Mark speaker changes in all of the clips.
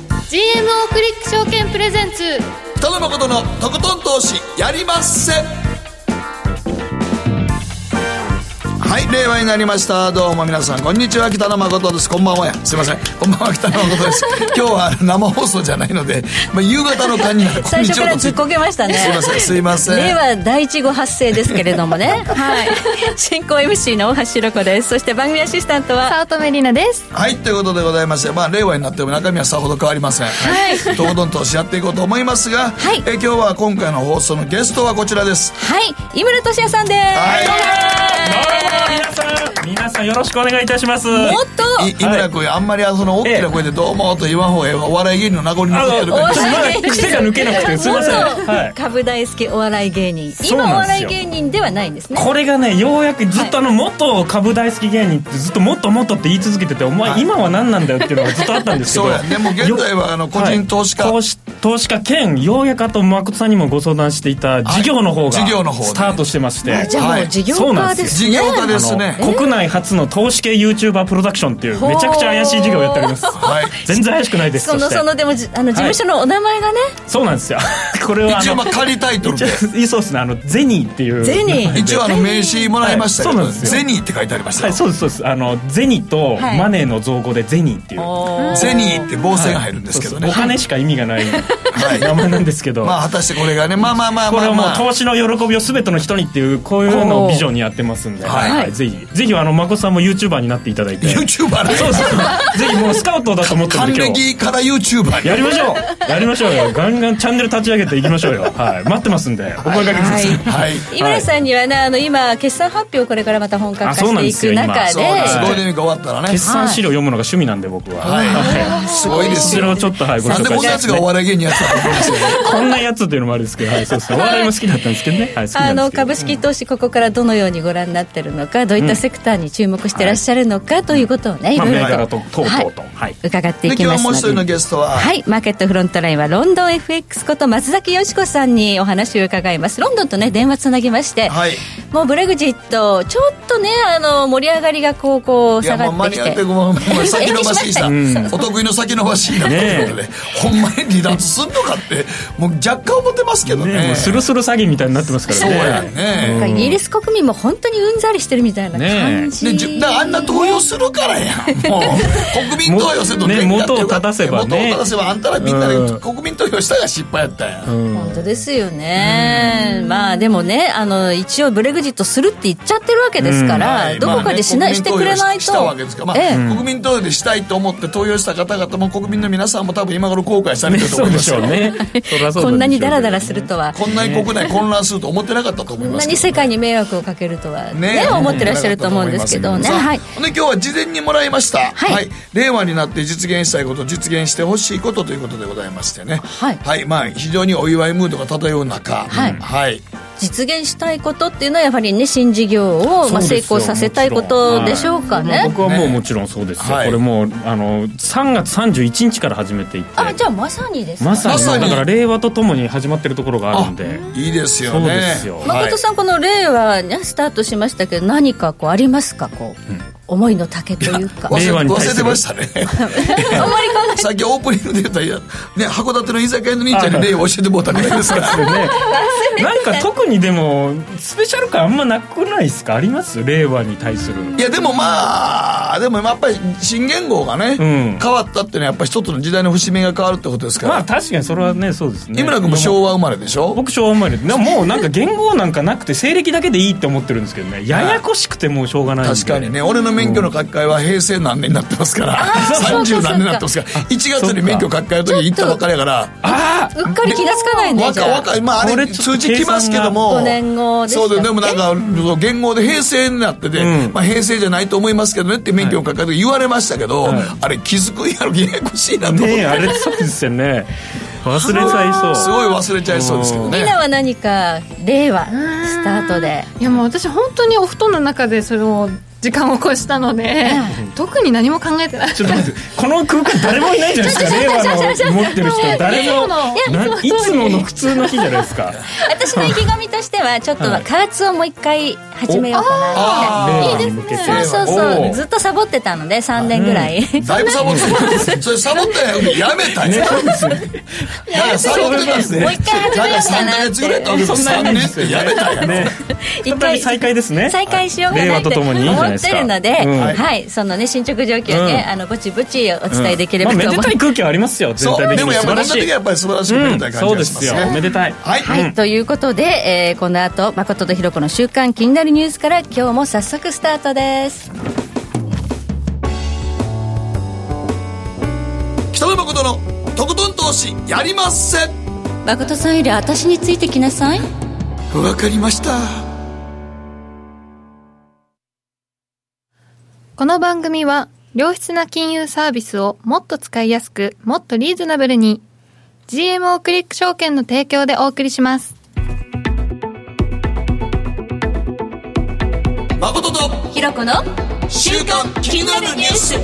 Speaker 1: GMO クリック証券プレゼンツ
Speaker 2: 北野誠のとことん投資やりまっせはい令和になりましたどうも皆さんこんにちは北野誠ですこんばんはやすいませんこんばんは北野誠です 今日は生放送じゃないので、まあ、夕方の感じなの
Speaker 3: 最初からずっこけましたね
Speaker 2: すいませんすいません
Speaker 3: 令和第一号発生ですけれども ねはい進行 MC の大橋ろ子ですそして番組アシスタントは
Speaker 1: 早乙女里奈です
Speaker 2: はいということでございまして、まあ、令和になっても中身はさほど変わりませんはいとことん投資やっていこうと思いますが、
Speaker 3: はい
Speaker 2: え今日は今回の放送のゲストはこちらです
Speaker 3: はい井村俊也さんです
Speaker 2: はい
Speaker 4: どうも皆さん皆さんよろしくお願いいたします
Speaker 3: もっと
Speaker 2: い井村君、あんまりあのその大きな声で「どうも」と言わん方がええわお笑い芸人の名残に残ってるから
Speaker 3: あ
Speaker 4: ちょっとまだ癖が抜けなくてすいません、は
Speaker 3: 元
Speaker 4: い、
Speaker 3: 株大好きお笑い芸人
Speaker 4: そう
Speaker 3: 今お
Speaker 4: なんです
Speaker 3: 笑い
Speaker 4: よ
Speaker 3: 芸人ではないんですね
Speaker 4: これがねようやくずっとあの元株大好き芸人ってずっともっともっとって言い続けててお
Speaker 2: は
Speaker 4: 前
Speaker 2: い
Speaker 4: 今は何なんだよっていうのがずっとあったんですけど
Speaker 2: そうやねもう現在はあの個人投資家
Speaker 4: 投資投資家兼ようやくあと誠さんにもご相談していた事業の方が
Speaker 2: はい事業の方で
Speaker 4: スタートしてまして
Speaker 3: あじゃあも
Speaker 2: は
Speaker 3: う
Speaker 2: い
Speaker 3: 事業
Speaker 4: そうなん
Speaker 3: 家
Speaker 4: です
Speaker 3: で
Speaker 4: よ
Speaker 2: 事
Speaker 3: すね
Speaker 2: 業家です
Speaker 4: あ
Speaker 2: ね
Speaker 4: の国内初の投資系 YouTuber プロダクションっていうめちゃくちゃ怪しい事業をやってお ります
Speaker 2: はい
Speaker 4: 全然怪しくないです
Speaker 3: その
Speaker 4: して
Speaker 3: そのでもじあの事務所のお名前がね、
Speaker 4: そうなんですよ これはあ
Speaker 2: 一応ま
Speaker 4: の
Speaker 2: あ仮タイトル
Speaker 4: 一
Speaker 2: で
Speaker 4: 応そうですねあのゼニーっていう
Speaker 3: ゼニー
Speaker 2: 一応あの名刺もらいましたけ
Speaker 4: はい
Speaker 2: ど「
Speaker 4: そうなんですよ
Speaker 2: ゼニー」って書いてありまし
Speaker 4: は
Speaker 2: た
Speaker 4: い、そうですそうですあのゼニと
Speaker 3: はい
Speaker 4: マネーの造語でゼニっていう、
Speaker 2: ゼニーって防線が入るんですけどね
Speaker 4: お金しか意味がない
Speaker 2: はい
Speaker 4: 名前なんですけど、
Speaker 2: まあ果たしてこれがねまあまあまあ
Speaker 4: こ
Speaker 2: ま
Speaker 4: れ
Speaker 2: あ
Speaker 4: はもう
Speaker 2: まあ
Speaker 4: 投資の喜びを全ての人にっていうこういうのをビジョンにやってますんで、
Speaker 2: はい
Speaker 4: はいぜひぜひあの眞子さんも YouTuber になっていただいて
Speaker 2: YouTuber ね
Speaker 4: そうそうぜひもうスカウトだと思ってる
Speaker 2: 還
Speaker 4: んで今日
Speaker 2: 暦から YouTuber に
Speaker 4: やりましょうやりましょうよガンガンチャンネル立ち上げていきましょうよ、はい、待ってますんでお声掛けください、
Speaker 2: はい
Speaker 3: 井村さんにはねあの今決算発表これからまた本格化
Speaker 4: あそうなんで
Speaker 3: し
Speaker 4: す
Speaker 3: てい
Speaker 4: よ
Speaker 3: く
Speaker 4: 今
Speaker 3: 中
Speaker 2: そ
Speaker 3: で
Speaker 2: うです
Speaker 4: は
Speaker 2: ゴ
Speaker 4: い
Speaker 2: ールデンウィーク終わったらね
Speaker 4: 決算資料読むのが趣味なんで僕は、
Speaker 2: はい
Speaker 4: はい
Speaker 2: すごいです
Speaker 4: それ
Speaker 2: よ
Speaker 4: をちょっとはいご
Speaker 2: なん
Speaker 4: 紹
Speaker 2: でこん
Speaker 4: 介
Speaker 2: なやつがお笑い芸人やってたの
Speaker 4: こんなやつっていうのもあるんですけど、はい、そうですね。お笑いも好きだったんですけどね。はい、好きな
Speaker 3: あ
Speaker 4: んで
Speaker 3: の
Speaker 4: すけど。
Speaker 3: 株式投資ここからどのようにご覧になってるのかどういったセクターに注目してらっしゃるのかということをねい
Speaker 4: ま
Speaker 3: ろ
Speaker 4: あ、
Speaker 3: い
Speaker 4: 銘
Speaker 3: ろ
Speaker 4: 柄
Speaker 3: と
Speaker 4: と、とうとうと。
Speaker 3: は
Speaker 4: はいい。
Speaker 3: 伺ってい
Speaker 2: で
Speaker 3: き
Speaker 2: 今
Speaker 3: ま
Speaker 2: 日もう一
Speaker 3: す
Speaker 2: 人
Speaker 3: の
Speaker 2: の
Speaker 3: で
Speaker 2: ゲストは
Speaker 3: はいマーケットフロントラインはロンドン FX こと松崎よしこさんにお話を伺いますロンドンとね電話つなぎまして、
Speaker 2: はい
Speaker 3: もうブレグジットちょっとねあの盛り上がりがこうこう
Speaker 2: い
Speaker 3: 下
Speaker 2: やも
Speaker 3: が
Speaker 2: う間
Speaker 3: って
Speaker 2: に
Speaker 3: き
Speaker 2: 合っててごめんごめんごめん先延ば しにした、
Speaker 4: うん
Speaker 2: お得意の先延ばしになったということで、ほんまに離脱すんのかってもう若干思ってますけどね
Speaker 4: ね、もうスルスル詐欺みたいになってますから
Speaker 2: そう
Speaker 4: ね。
Speaker 2: やん
Speaker 3: なん
Speaker 2: ね、
Speaker 3: かイギリス国民も本当にうんざりしてるみたいな感じ、
Speaker 2: でじだからあんな投票するから やんもう国民投票すると
Speaker 4: ね
Speaker 2: やってるから
Speaker 4: 元を正せばね
Speaker 2: 元を正せばあんたらみんな
Speaker 4: う
Speaker 2: で
Speaker 4: ん
Speaker 2: 国民投票したが失敗やったやん、
Speaker 3: 本当ですよね、まあでもねあの一応ブレグジットするって言っちゃってるわけですから、
Speaker 2: はい
Speaker 3: どこかでし
Speaker 2: ま
Speaker 3: な、
Speaker 2: あね
Speaker 3: してくれない
Speaker 2: 国民投票
Speaker 3: と
Speaker 2: ししたわけですから、まあ
Speaker 3: ええ
Speaker 2: 国民投票でしたいと思って投票した方々も国民の皆さんも多分今頃後悔され
Speaker 4: ね
Speaker 2: てると
Speaker 4: そ
Speaker 2: 思
Speaker 4: う
Speaker 2: い
Speaker 4: で
Speaker 2: ます
Speaker 4: し
Speaker 2: よ
Speaker 4: ょうね。そらそう
Speaker 3: こんなにダラダ
Speaker 4: ラ。
Speaker 3: ラするとは
Speaker 2: こんなに国内混乱すると思ってなかったと思い
Speaker 3: こん
Speaker 2: ま
Speaker 3: な
Speaker 2: すけど
Speaker 3: に世界に迷惑をかけるとはね
Speaker 2: ね
Speaker 3: 思ってらっしゃると思うんですけどね、
Speaker 2: さあ
Speaker 3: はい、
Speaker 2: ほんで今日は事前にもらいました、
Speaker 3: はい
Speaker 2: 令和になって実現したいこと実現してほしいことということでございましてね
Speaker 3: はい
Speaker 2: まあ非常にお祝いムードが漂う中
Speaker 3: はい
Speaker 2: はい、
Speaker 3: 実現したいことっていうのはやはりね新事業を、まあ、成
Speaker 4: そうですよ
Speaker 3: 功させたいことでしょうかね、
Speaker 4: まあ僕はもうもちろんそうですよ。
Speaker 2: はい
Speaker 4: これもう、あの、3月31日から始めていて。
Speaker 3: あじゃあまさにですね
Speaker 4: まさ
Speaker 2: まさ
Speaker 4: に、
Speaker 2: に
Speaker 4: だから令和とともに始まってるところがあるんで。
Speaker 2: いいですよね
Speaker 4: そうですよ
Speaker 2: はい
Speaker 3: 誠さん、この令和ねスタートしましたけど何かこうありますかこう、思いの丈というか
Speaker 2: 忘れ
Speaker 4: 令和に
Speaker 2: 忘
Speaker 4: 対
Speaker 2: れ
Speaker 4: す
Speaker 2: て
Speaker 4: る
Speaker 2: ましたね
Speaker 3: あんまり考
Speaker 2: さっきオープニングで言ったいや、ね、函館の居酒屋の兄ちゃんに例を教えてもらったぐらいです から
Speaker 4: でね、なんか特にでもスペシャル感あんまなくないですかあります令和に対する
Speaker 2: いやでもまあでもやっぱり新元号がね、
Speaker 4: うん
Speaker 2: 変わったってのはやっぱり一つの時代の節目が変わるってことですから、
Speaker 4: まあ確かにそれはねそうですね
Speaker 2: 井村君も昭和生まれでしょ
Speaker 4: 僕昭和生まれでなもうなんか言語なんかなくて西暦だけでいいって思ってるんですけどねややこしくてもうしょうがないんで
Speaker 2: 確かにね俺の免許の書き換えは平成何年になってますから
Speaker 3: そうか
Speaker 2: 30何年になってますから1月に免許書き換えの時行ったばっかりやから
Speaker 4: あ
Speaker 3: えうっかり気がつかないんでじ
Speaker 2: 若
Speaker 3: ゃあ
Speaker 2: 若いまああ
Speaker 4: こ
Speaker 2: れ
Speaker 4: れちょ
Speaker 2: 数
Speaker 4: っと
Speaker 2: 字きますけども
Speaker 3: 計算が五年後でした
Speaker 2: そ
Speaker 3: っけ
Speaker 2: うででもなんか言語で平成になってて、
Speaker 4: うん
Speaker 2: まあ、平成じゃないと思いますけどねって免許を書き換えの時言われましたけど、
Speaker 4: はい
Speaker 2: あれ気づくんやろややこしいなと
Speaker 4: あ
Speaker 2: 思って、
Speaker 4: ねえあれそうですよね忘れちゃいそう
Speaker 2: すごい忘れちゃいそうですけど
Speaker 3: み
Speaker 2: ね
Speaker 3: んなは何か令和スタートで
Speaker 1: いやもう私本当にお布団の中でその時間を越したので、特に何も考えてない
Speaker 4: ちょっと待ってこの空間誰もいないじゃないですか令和の持ってる人誰もないつもの普通の日じゃないですか
Speaker 3: 私の意気込みとしてはちょっと
Speaker 4: はい
Speaker 3: 加圧をもう一回始めようかな
Speaker 2: あー
Speaker 4: 令和に向けて
Speaker 3: みたいなそうそう
Speaker 4: お
Speaker 3: そう
Speaker 4: ー
Speaker 3: ずっとサボってたので3年ぐらい、
Speaker 2: だいぶサボってるそれサボってやめたよ、なんかサボってたんですね
Speaker 3: もう一回始めようか
Speaker 2: 3
Speaker 3: なって
Speaker 2: ヶ月ぐらいと3年ってやめたよ
Speaker 4: ね
Speaker 3: 一
Speaker 4: 再び
Speaker 3: 回
Speaker 4: 再開ですね
Speaker 3: 再開しようか
Speaker 4: 令
Speaker 3: な
Speaker 4: 和
Speaker 3: って
Speaker 4: とともにいいじゃない
Speaker 3: 思
Speaker 4: で
Speaker 3: っ
Speaker 4: す
Speaker 3: て
Speaker 4: か
Speaker 3: るので、
Speaker 4: うん
Speaker 3: はい、そのね進捗状況ね、
Speaker 4: うん
Speaker 3: あのぼちぼちお伝えできれ
Speaker 4: ま
Speaker 3: ば
Speaker 4: あ
Speaker 3: と思
Speaker 4: め
Speaker 3: い
Speaker 4: で
Speaker 3: ます
Speaker 4: た。い空気はありますよ全体的
Speaker 2: で
Speaker 4: に
Speaker 2: もやっ
Speaker 4: 素
Speaker 2: ぱり
Speaker 4: 晴ら
Speaker 2: 全体
Speaker 4: し
Speaker 2: 的に
Speaker 4: い
Speaker 2: やっぱり素晴らしく
Speaker 4: う
Speaker 2: めで
Speaker 4: ん
Speaker 2: たい感
Speaker 4: そ
Speaker 2: じ
Speaker 4: う
Speaker 2: が
Speaker 4: で
Speaker 2: しますす
Speaker 4: よ
Speaker 2: ね、
Speaker 4: おめでたい
Speaker 2: はい、
Speaker 3: はい、ということで、えーこの後誠とひろ子の週刊気になるニュースから今日も早速スタートです
Speaker 2: 北野誠のとことん投資やりまっせ
Speaker 3: 誠さんより私についてきなさい
Speaker 2: わかりました
Speaker 1: この番組は良質な金融サービスをもっと使いやすくもっとリーズナブルに GMO クリック証券の提供でお送りします
Speaker 2: 誠と
Speaker 3: ひろ子の
Speaker 2: 週刊気になるニュース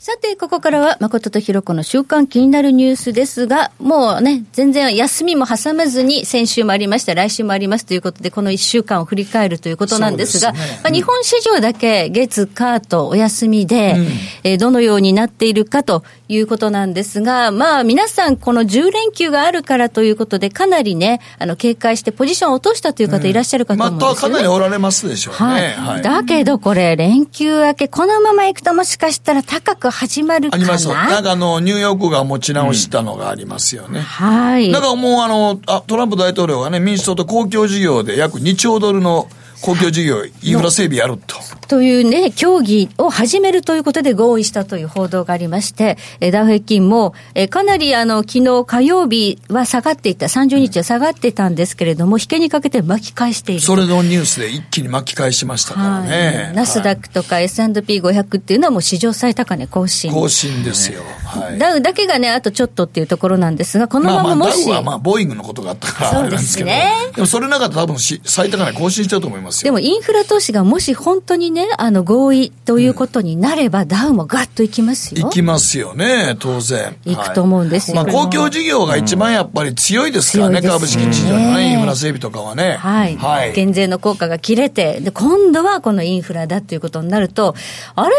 Speaker 3: さて、ここからは、誠とひろこの週間気になるニュースですが、もうね、全然休みも挟まずに、先週もありました、来週もありますということで、この1週間を振り返るということなんですが、
Speaker 2: そうですね
Speaker 3: まあ、日本市場だけ月、火とお休みで、えーどのようになっているかということなんですが、まあ、皆さん、この10連休があるからということで、かなりね、あの、警戒してポジションを落としたという方いらっしゃるかと思うん
Speaker 2: ま
Speaker 3: ですよ
Speaker 2: た
Speaker 3: ね。
Speaker 2: かなりおられますでしょうね
Speaker 3: はい。
Speaker 2: はい
Speaker 3: だけどこれ、連休明け、このまま行くともしかしたら高く始まる
Speaker 2: あ
Speaker 3: か
Speaker 2: り
Speaker 3: な
Speaker 2: ますよなんかあのニューヨークが持ち直したのがありますよね、
Speaker 3: はい。
Speaker 2: なんかもうあのあトランプ大統領がね民主党と公共事業で約2兆ドルの公共事業インフラ整備やると
Speaker 3: というね、協議を始めるということで合意したという報道がありまして、えーダウ平均も、えーかなりあの、昨日火曜日は下がっていた、30日は下がってたんですけれども、引けにかけて巻き返している。
Speaker 2: それのニュースで一気に巻き返しましたからね、
Speaker 3: はいナスダックとか S&P500 っていうのはもう史上最高値更新。
Speaker 2: 更新ですよ、はい、
Speaker 3: ダウだけがね、あとちょっとっていうところなんですが、この
Speaker 2: まあ
Speaker 3: ま
Speaker 2: ま
Speaker 3: ま
Speaker 2: あ、
Speaker 3: も
Speaker 2: ダウ
Speaker 3: し。
Speaker 2: はまあ、ボーイングのことがあったから、
Speaker 3: そ
Speaker 2: あ
Speaker 3: う
Speaker 2: れなん
Speaker 3: で
Speaker 2: です
Speaker 3: す
Speaker 2: けど、
Speaker 3: ね
Speaker 2: でもそれなかったら多分し、最高値更新してると思います
Speaker 3: で
Speaker 2: よ。
Speaker 3: もインフラ投資がもし本当にね、あの合意ということになれば、ダウもガッといきますよ。
Speaker 2: 行きますよね、当然。
Speaker 3: 行くと思うんですよ
Speaker 2: はいまあ、公共事業が一番やっぱり強いですからね、
Speaker 3: うん強い
Speaker 2: 株
Speaker 3: です
Speaker 2: 式
Speaker 3: ね
Speaker 2: 市場のね、インフラ整備とかはね。
Speaker 3: はい、
Speaker 2: はい。
Speaker 3: 減税の効果が切れて、で、今度はこのインフラだということになると、あれ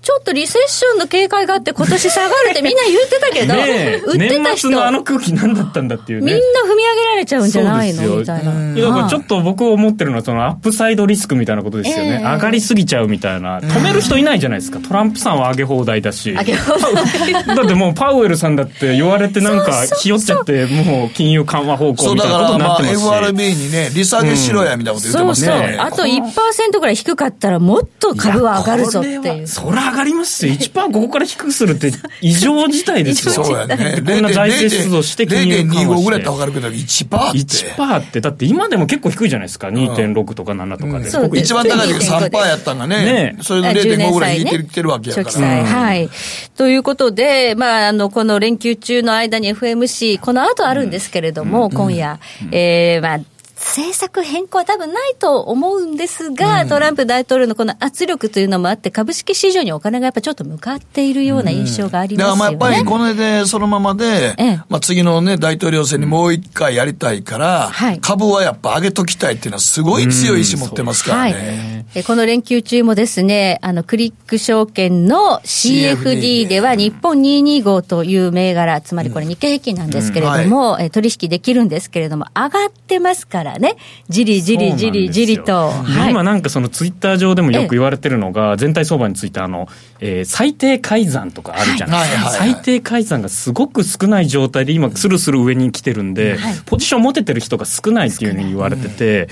Speaker 3: ちょっとリセッションの警戒があって、今年下がるってみんな言ってたけど、
Speaker 4: ねえ
Speaker 3: 売ってた人、
Speaker 4: 年末
Speaker 3: みん
Speaker 4: の
Speaker 3: な
Speaker 4: あの空気何だったんだっていう
Speaker 3: 踏み
Speaker 4: ね
Speaker 3: 上げられちゃうんじゃない
Speaker 4: そうです
Speaker 3: の
Speaker 4: よ
Speaker 3: みたいな。
Speaker 4: いやだからちょ
Speaker 3: っ
Speaker 4: っと僕思ってるのはそのアップサイドリスクみたいなことですよね、
Speaker 3: ええ
Speaker 4: 上がりすぎちゃうみたいな止める人いないじゃないですかトランプさんは上げ放題だし
Speaker 3: 上げ放
Speaker 4: だってもうパウエルさんだって言われてなんかひよっちゃってもう金融緩和方
Speaker 2: そ
Speaker 4: 向
Speaker 2: う
Speaker 4: み
Speaker 2: だ
Speaker 4: たい
Speaker 2: か
Speaker 4: なこと
Speaker 2: ら、
Speaker 4: にな
Speaker 2: ま
Speaker 4: って
Speaker 2: あ、
Speaker 4: ますし、
Speaker 2: FRB にね、利下げしろや、みたいなこと言って
Speaker 3: そう
Speaker 2: ます
Speaker 3: そう、
Speaker 2: からね。
Speaker 3: あと1%ぐらい低かったら、もっと株は上がるぞって
Speaker 4: いやこれ
Speaker 3: いう
Speaker 4: は。そりゃ上がりますよ1%ここから低くするって異常事態ですよ
Speaker 2: そうやね。
Speaker 4: こんな財政出動して金融緩和
Speaker 2: 0.25
Speaker 4: し
Speaker 2: ぐらいやっ
Speaker 4: て
Speaker 2: たら分かるけど、1%って。
Speaker 4: 1%ってだって今でも結構低いじゃないですか2.6とか7とかで、
Speaker 3: そう
Speaker 2: 一番高い時
Speaker 3: 0.25
Speaker 2: 3%やったんがね
Speaker 4: ね、
Speaker 2: それで0.5ぐらい引いてる,、てるわけやから。
Speaker 3: 長期債はい。ということで、まあ、あの、この連休中の間に FMC、この後あるんですけれども、今夜、えーまあ、政策変更は多分ないと思うんですが、トランプ大統領のこの圧力というのもあって、株式市場にお金がやっぱちょっと向かっているような印象があり
Speaker 2: だ
Speaker 3: ま
Speaker 2: から
Speaker 3: す
Speaker 2: まあ
Speaker 3: よ
Speaker 2: や
Speaker 3: ね。
Speaker 2: っぱりこれでそのままで、
Speaker 3: ええ
Speaker 2: まあ次のね、大統領選にもう一回やりたいから、
Speaker 3: はい
Speaker 2: 株はやっぱ上げときたいっていうのはすごい強い意志持ってますから
Speaker 3: はい
Speaker 2: ね。。
Speaker 3: えこの連休中もですね、あの、クリック証券の CFD では日本225という銘柄、つまりこれ日経平均なんですけれども、え取引できるんですけれども、上がってますからね、じりじりじりじりと。
Speaker 4: そうなんですよ
Speaker 3: はい
Speaker 4: 今なんかそのツイッター上でもよく言われてるのが、全体相場についてあの、えー最低改ざんとかあるじゃないですか、
Speaker 2: はいはいはいはい
Speaker 4: 最低改ざんがすごく少ない状態で今スルスル上に来てるんで、ポジション持ててる人が少ないっていうふうに言われてて、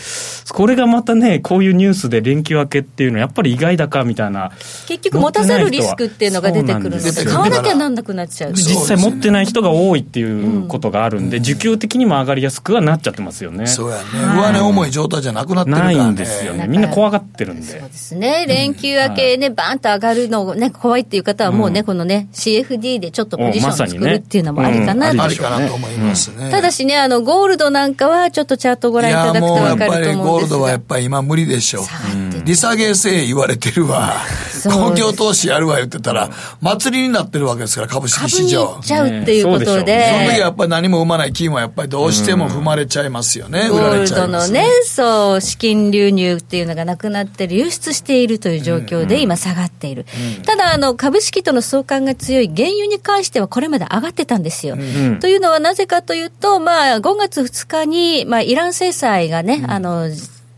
Speaker 4: これがまたねこういうニュースで連休明けっていうのはやっぱり意外だかみたいな
Speaker 3: 結局持たざるリスクっていうのが出てくるの
Speaker 4: そうな
Speaker 3: で、
Speaker 4: んです
Speaker 2: よ
Speaker 3: 買わなきゃなんなくなっちゃう。
Speaker 2: そう
Speaker 4: 実際持ってない人が多いっていうことがあるんで、需給的にも上がりやすくはなっちゃってますよね。
Speaker 2: そうやね。ね、上値重い状態じゃなくなってるから
Speaker 4: な
Speaker 2: ね。
Speaker 4: いんですよね。みんな怖がってるんで
Speaker 3: そう。ですね。連休明けね、バーンと上がるの、ね、怖いっていう方はもうね、このね、CFD でちょっとポジション
Speaker 4: おまさにね
Speaker 3: 作るっていうのもありかな
Speaker 4: うん
Speaker 2: あ
Speaker 3: と
Speaker 2: り。かなと思いますね。
Speaker 3: ただしね、あの、ゴールドなんかはちょっとチャートご覧いただくと
Speaker 2: いや
Speaker 3: わ
Speaker 2: もうやっ
Speaker 3: か
Speaker 2: ぱ
Speaker 3: ると
Speaker 2: り
Speaker 3: 思
Speaker 2: ゴー
Speaker 3: うんで
Speaker 2: ル
Speaker 3: す
Speaker 2: ドはや
Speaker 3: が
Speaker 2: っ。ぱり今無理でしょう
Speaker 3: 下がってて
Speaker 2: 利下げせえ言われてるわ
Speaker 3: そうです
Speaker 2: 公共投資やるわ言ってたら祭りになってるわけですから株式
Speaker 3: 株
Speaker 2: 市
Speaker 3: に行
Speaker 2: 場
Speaker 3: っちゃうっていうこ
Speaker 4: ねそ
Speaker 3: と
Speaker 4: うで
Speaker 2: その時は
Speaker 3: で
Speaker 2: や、っぱり何も生まない金はやっぱりどうしても踏まれちゃいますよね、
Speaker 3: ゴ
Speaker 2: 売ら
Speaker 3: ー
Speaker 2: れ
Speaker 3: ル
Speaker 2: ちゃ
Speaker 3: ド
Speaker 2: いま
Speaker 3: の
Speaker 2: す
Speaker 3: ね、そう、資金流入っていうのがなくなって流出しているという状況で今下がっている。ただ、あの、株式との相関が強い原油に関してはこれまで上がってたんですよ。
Speaker 4: うん
Speaker 3: というのはなぜかというと、まあ、5月2日に、まあ、イラン制裁がね、あの、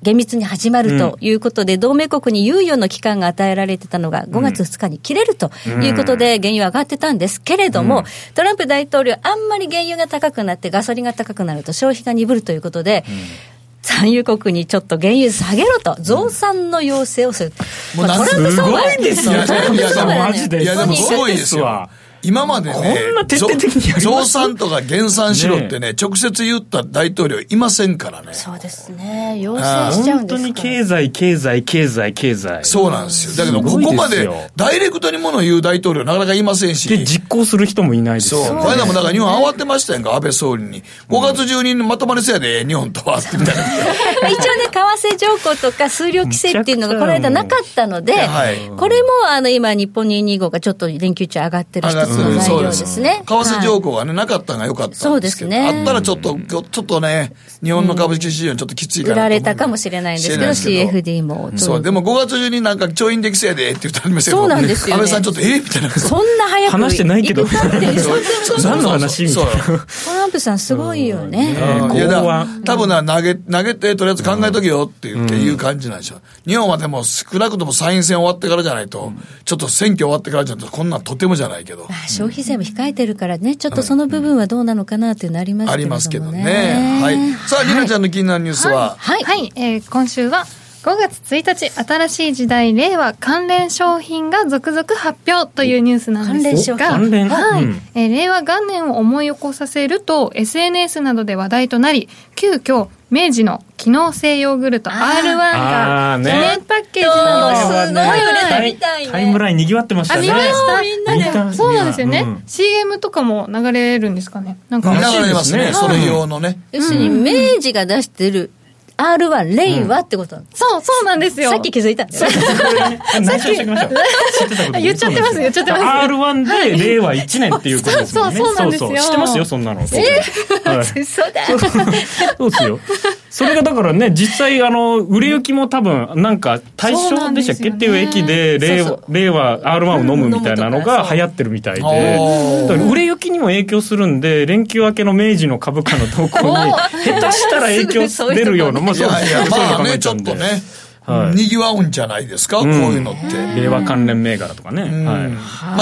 Speaker 3: 厳密に始まるということで、同盟国に猶予の期間が与えられてたのが、5月2日に切れるということで、原油は上がってたんですけれども、トランプ大統領、あんまり原油が高くなって、ガソリンが高くなると消費が鈍るということで、産油国にちょっと原油下げろと、増産の要請をする。
Speaker 2: もう
Speaker 3: まあ
Speaker 2: なん
Speaker 3: ト
Speaker 2: か
Speaker 3: ランプ
Speaker 4: す
Speaker 3: 相場
Speaker 4: ごいですよね
Speaker 2: いやいや
Speaker 4: いや
Speaker 2: そうだね
Speaker 4: マジで
Speaker 2: いやでも
Speaker 3: そう
Speaker 2: すごいですよ今までね、
Speaker 4: こんな徹底的にやります
Speaker 2: 増産とか減産しろってね、直接言った大統領いませんからね。
Speaker 3: そうですね、要請しちゃうん
Speaker 4: 本
Speaker 3: で
Speaker 4: 当
Speaker 3: す
Speaker 4: に
Speaker 3: から
Speaker 4: 経済経済経済経済
Speaker 2: そうなんですよ。だけど、
Speaker 4: す
Speaker 2: こ
Speaker 4: ごいですよ
Speaker 2: こまでダイレクトにものを言う大統領なかなかいませんし。
Speaker 4: で実行する人もいないです
Speaker 2: そう。
Speaker 4: よ
Speaker 2: こ
Speaker 4: ね
Speaker 2: の間もだから日本慌てましたやんか、安倍総理に。5月中にまとまりせやで、日本 とは、みたいな。
Speaker 3: 一応ね、為替条項とか数量規制っていうのがこの間なかったので、
Speaker 2: はい
Speaker 3: これもあの今、日本225がちょっと連休中上がってる一つの材料ですね。
Speaker 2: 為替
Speaker 3: はい
Speaker 2: 条項がね、なかったのが良かった
Speaker 3: そ
Speaker 2: ん
Speaker 3: う
Speaker 2: で
Speaker 3: です
Speaker 2: けど、
Speaker 3: すね
Speaker 2: あったらちょっと、ちょっとね、日本の株式市場にちょっときついかな
Speaker 3: 売
Speaker 2: と思う
Speaker 3: られたかもしれないんですけ
Speaker 2: 知
Speaker 3: ど、
Speaker 2: れないですけど
Speaker 3: CFD も。
Speaker 2: そう、でも5月中になんか調印できせやでって言ったんですけど、
Speaker 3: そうなんですよ
Speaker 2: 安
Speaker 3: ね
Speaker 2: 倍さんちょっと、えみたいな。
Speaker 3: そんな早く
Speaker 4: 話してないけど
Speaker 3: 行くかっていう
Speaker 2: そう
Speaker 4: 何の話みたいな
Speaker 2: そう
Speaker 3: トランプさんすごいよね。
Speaker 4: えー
Speaker 2: うんいやだ
Speaker 4: 剛腕
Speaker 2: 多分な、投げ、投げて、とりあえず考えとけよっていう,、いう感じなんでしょう。日本はでも、少なくとも参院選終わってからじゃないと、ちょっと選挙終わってからじゃないと、こんなんとてもじゃないけど
Speaker 3: ま。あ消費税も控えてるからね、ちょっとその部分はどうなのかなっていうのあります
Speaker 2: あ
Speaker 3: け
Speaker 2: り
Speaker 3: れどもね。
Speaker 2: ますけどね。はい。さあ、りなちゃんの気になるニュースは、
Speaker 3: はい。
Speaker 1: はい、えー今週は5月1日新しい時代令和関連商品が続々発表というニュースなんですが
Speaker 4: 関連商品
Speaker 1: はい
Speaker 4: 関連
Speaker 1: えー令和元年を思い起こさせると SNS などで話題となり急遽明治の機能性ヨーグルト R1
Speaker 4: あー
Speaker 1: が記
Speaker 4: ね
Speaker 1: 念パッケージな
Speaker 3: す
Speaker 1: ど
Speaker 3: ご
Speaker 1: を
Speaker 3: い売れてみたいね
Speaker 4: タイムラインにぎわってました
Speaker 1: あ、
Speaker 4: ね
Speaker 1: 見ました
Speaker 4: みんなで見た
Speaker 1: そうなんですよね、
Speaker 4: うん
Speaker 1: CM とかも流れるんですかねなんか
Speaker 2: 流
Speaker 4: らしい
Speaker 2: れますね。
Speaker 4: うん
Speaker 2: それ用のね。
Speaker 3: 要するに、明治が出してる R1、令和ってことなの
Speaker 1: そうそうなんですよ
Speaker 3: さっき気づいたんだよね。
Speaker 4: あ内緒にしときましょう知ってたこと
Speaker 1: 言っちゃってます言っちゃってます
Speaker 4: R1 で令和1年っていうことですもんね
Speaker 1: そうそうそうなんですよ
Speaker 4: 知ってますよそんなのえはい
Speaker 3: 嘘だ。
Speaker 4: そうですよそれがだからね実際あの売れ行きも多分なんか対象でしたっけ、
Speaker 1: そうなんですよね
Speaker 4: っていう駅で令
Speaker 3: そう
Speaker 4: 和令和 R1 を飲むみたい
Speaker 3: う
Speaker 4: なの
Speaker 3: ん飲むと
Speaker 4: が
Speaker 3: か
Speaker 4: 流行ってるみたいで
Speaker 2: あー
Speaker 4: だから売れ行きにも影響するんで連休明けの明治の株価の動向に下手したら影響出るようなまあ
Speaker 2: い
Speaker 4: そう
Speaker 2: やいや、
Speaker 4: そういうの
Speaker 2: まあ
Speaker 4: 考え
Speaker 2: ね、
Speaker 4: ち
Speaker 2: ち
Speaker 4: ゃ
Speaker 2: ょ
Speaker 4: う
Speaker 2: っ
Speaker 4: んで
Speaker 2: とね、
Speaker 4: はい
Speaker 2: にぎわうんじゃないですか、こういうのって。
Speaker 4: 令和関連銘柄とかね、はい
Speaker 2: ま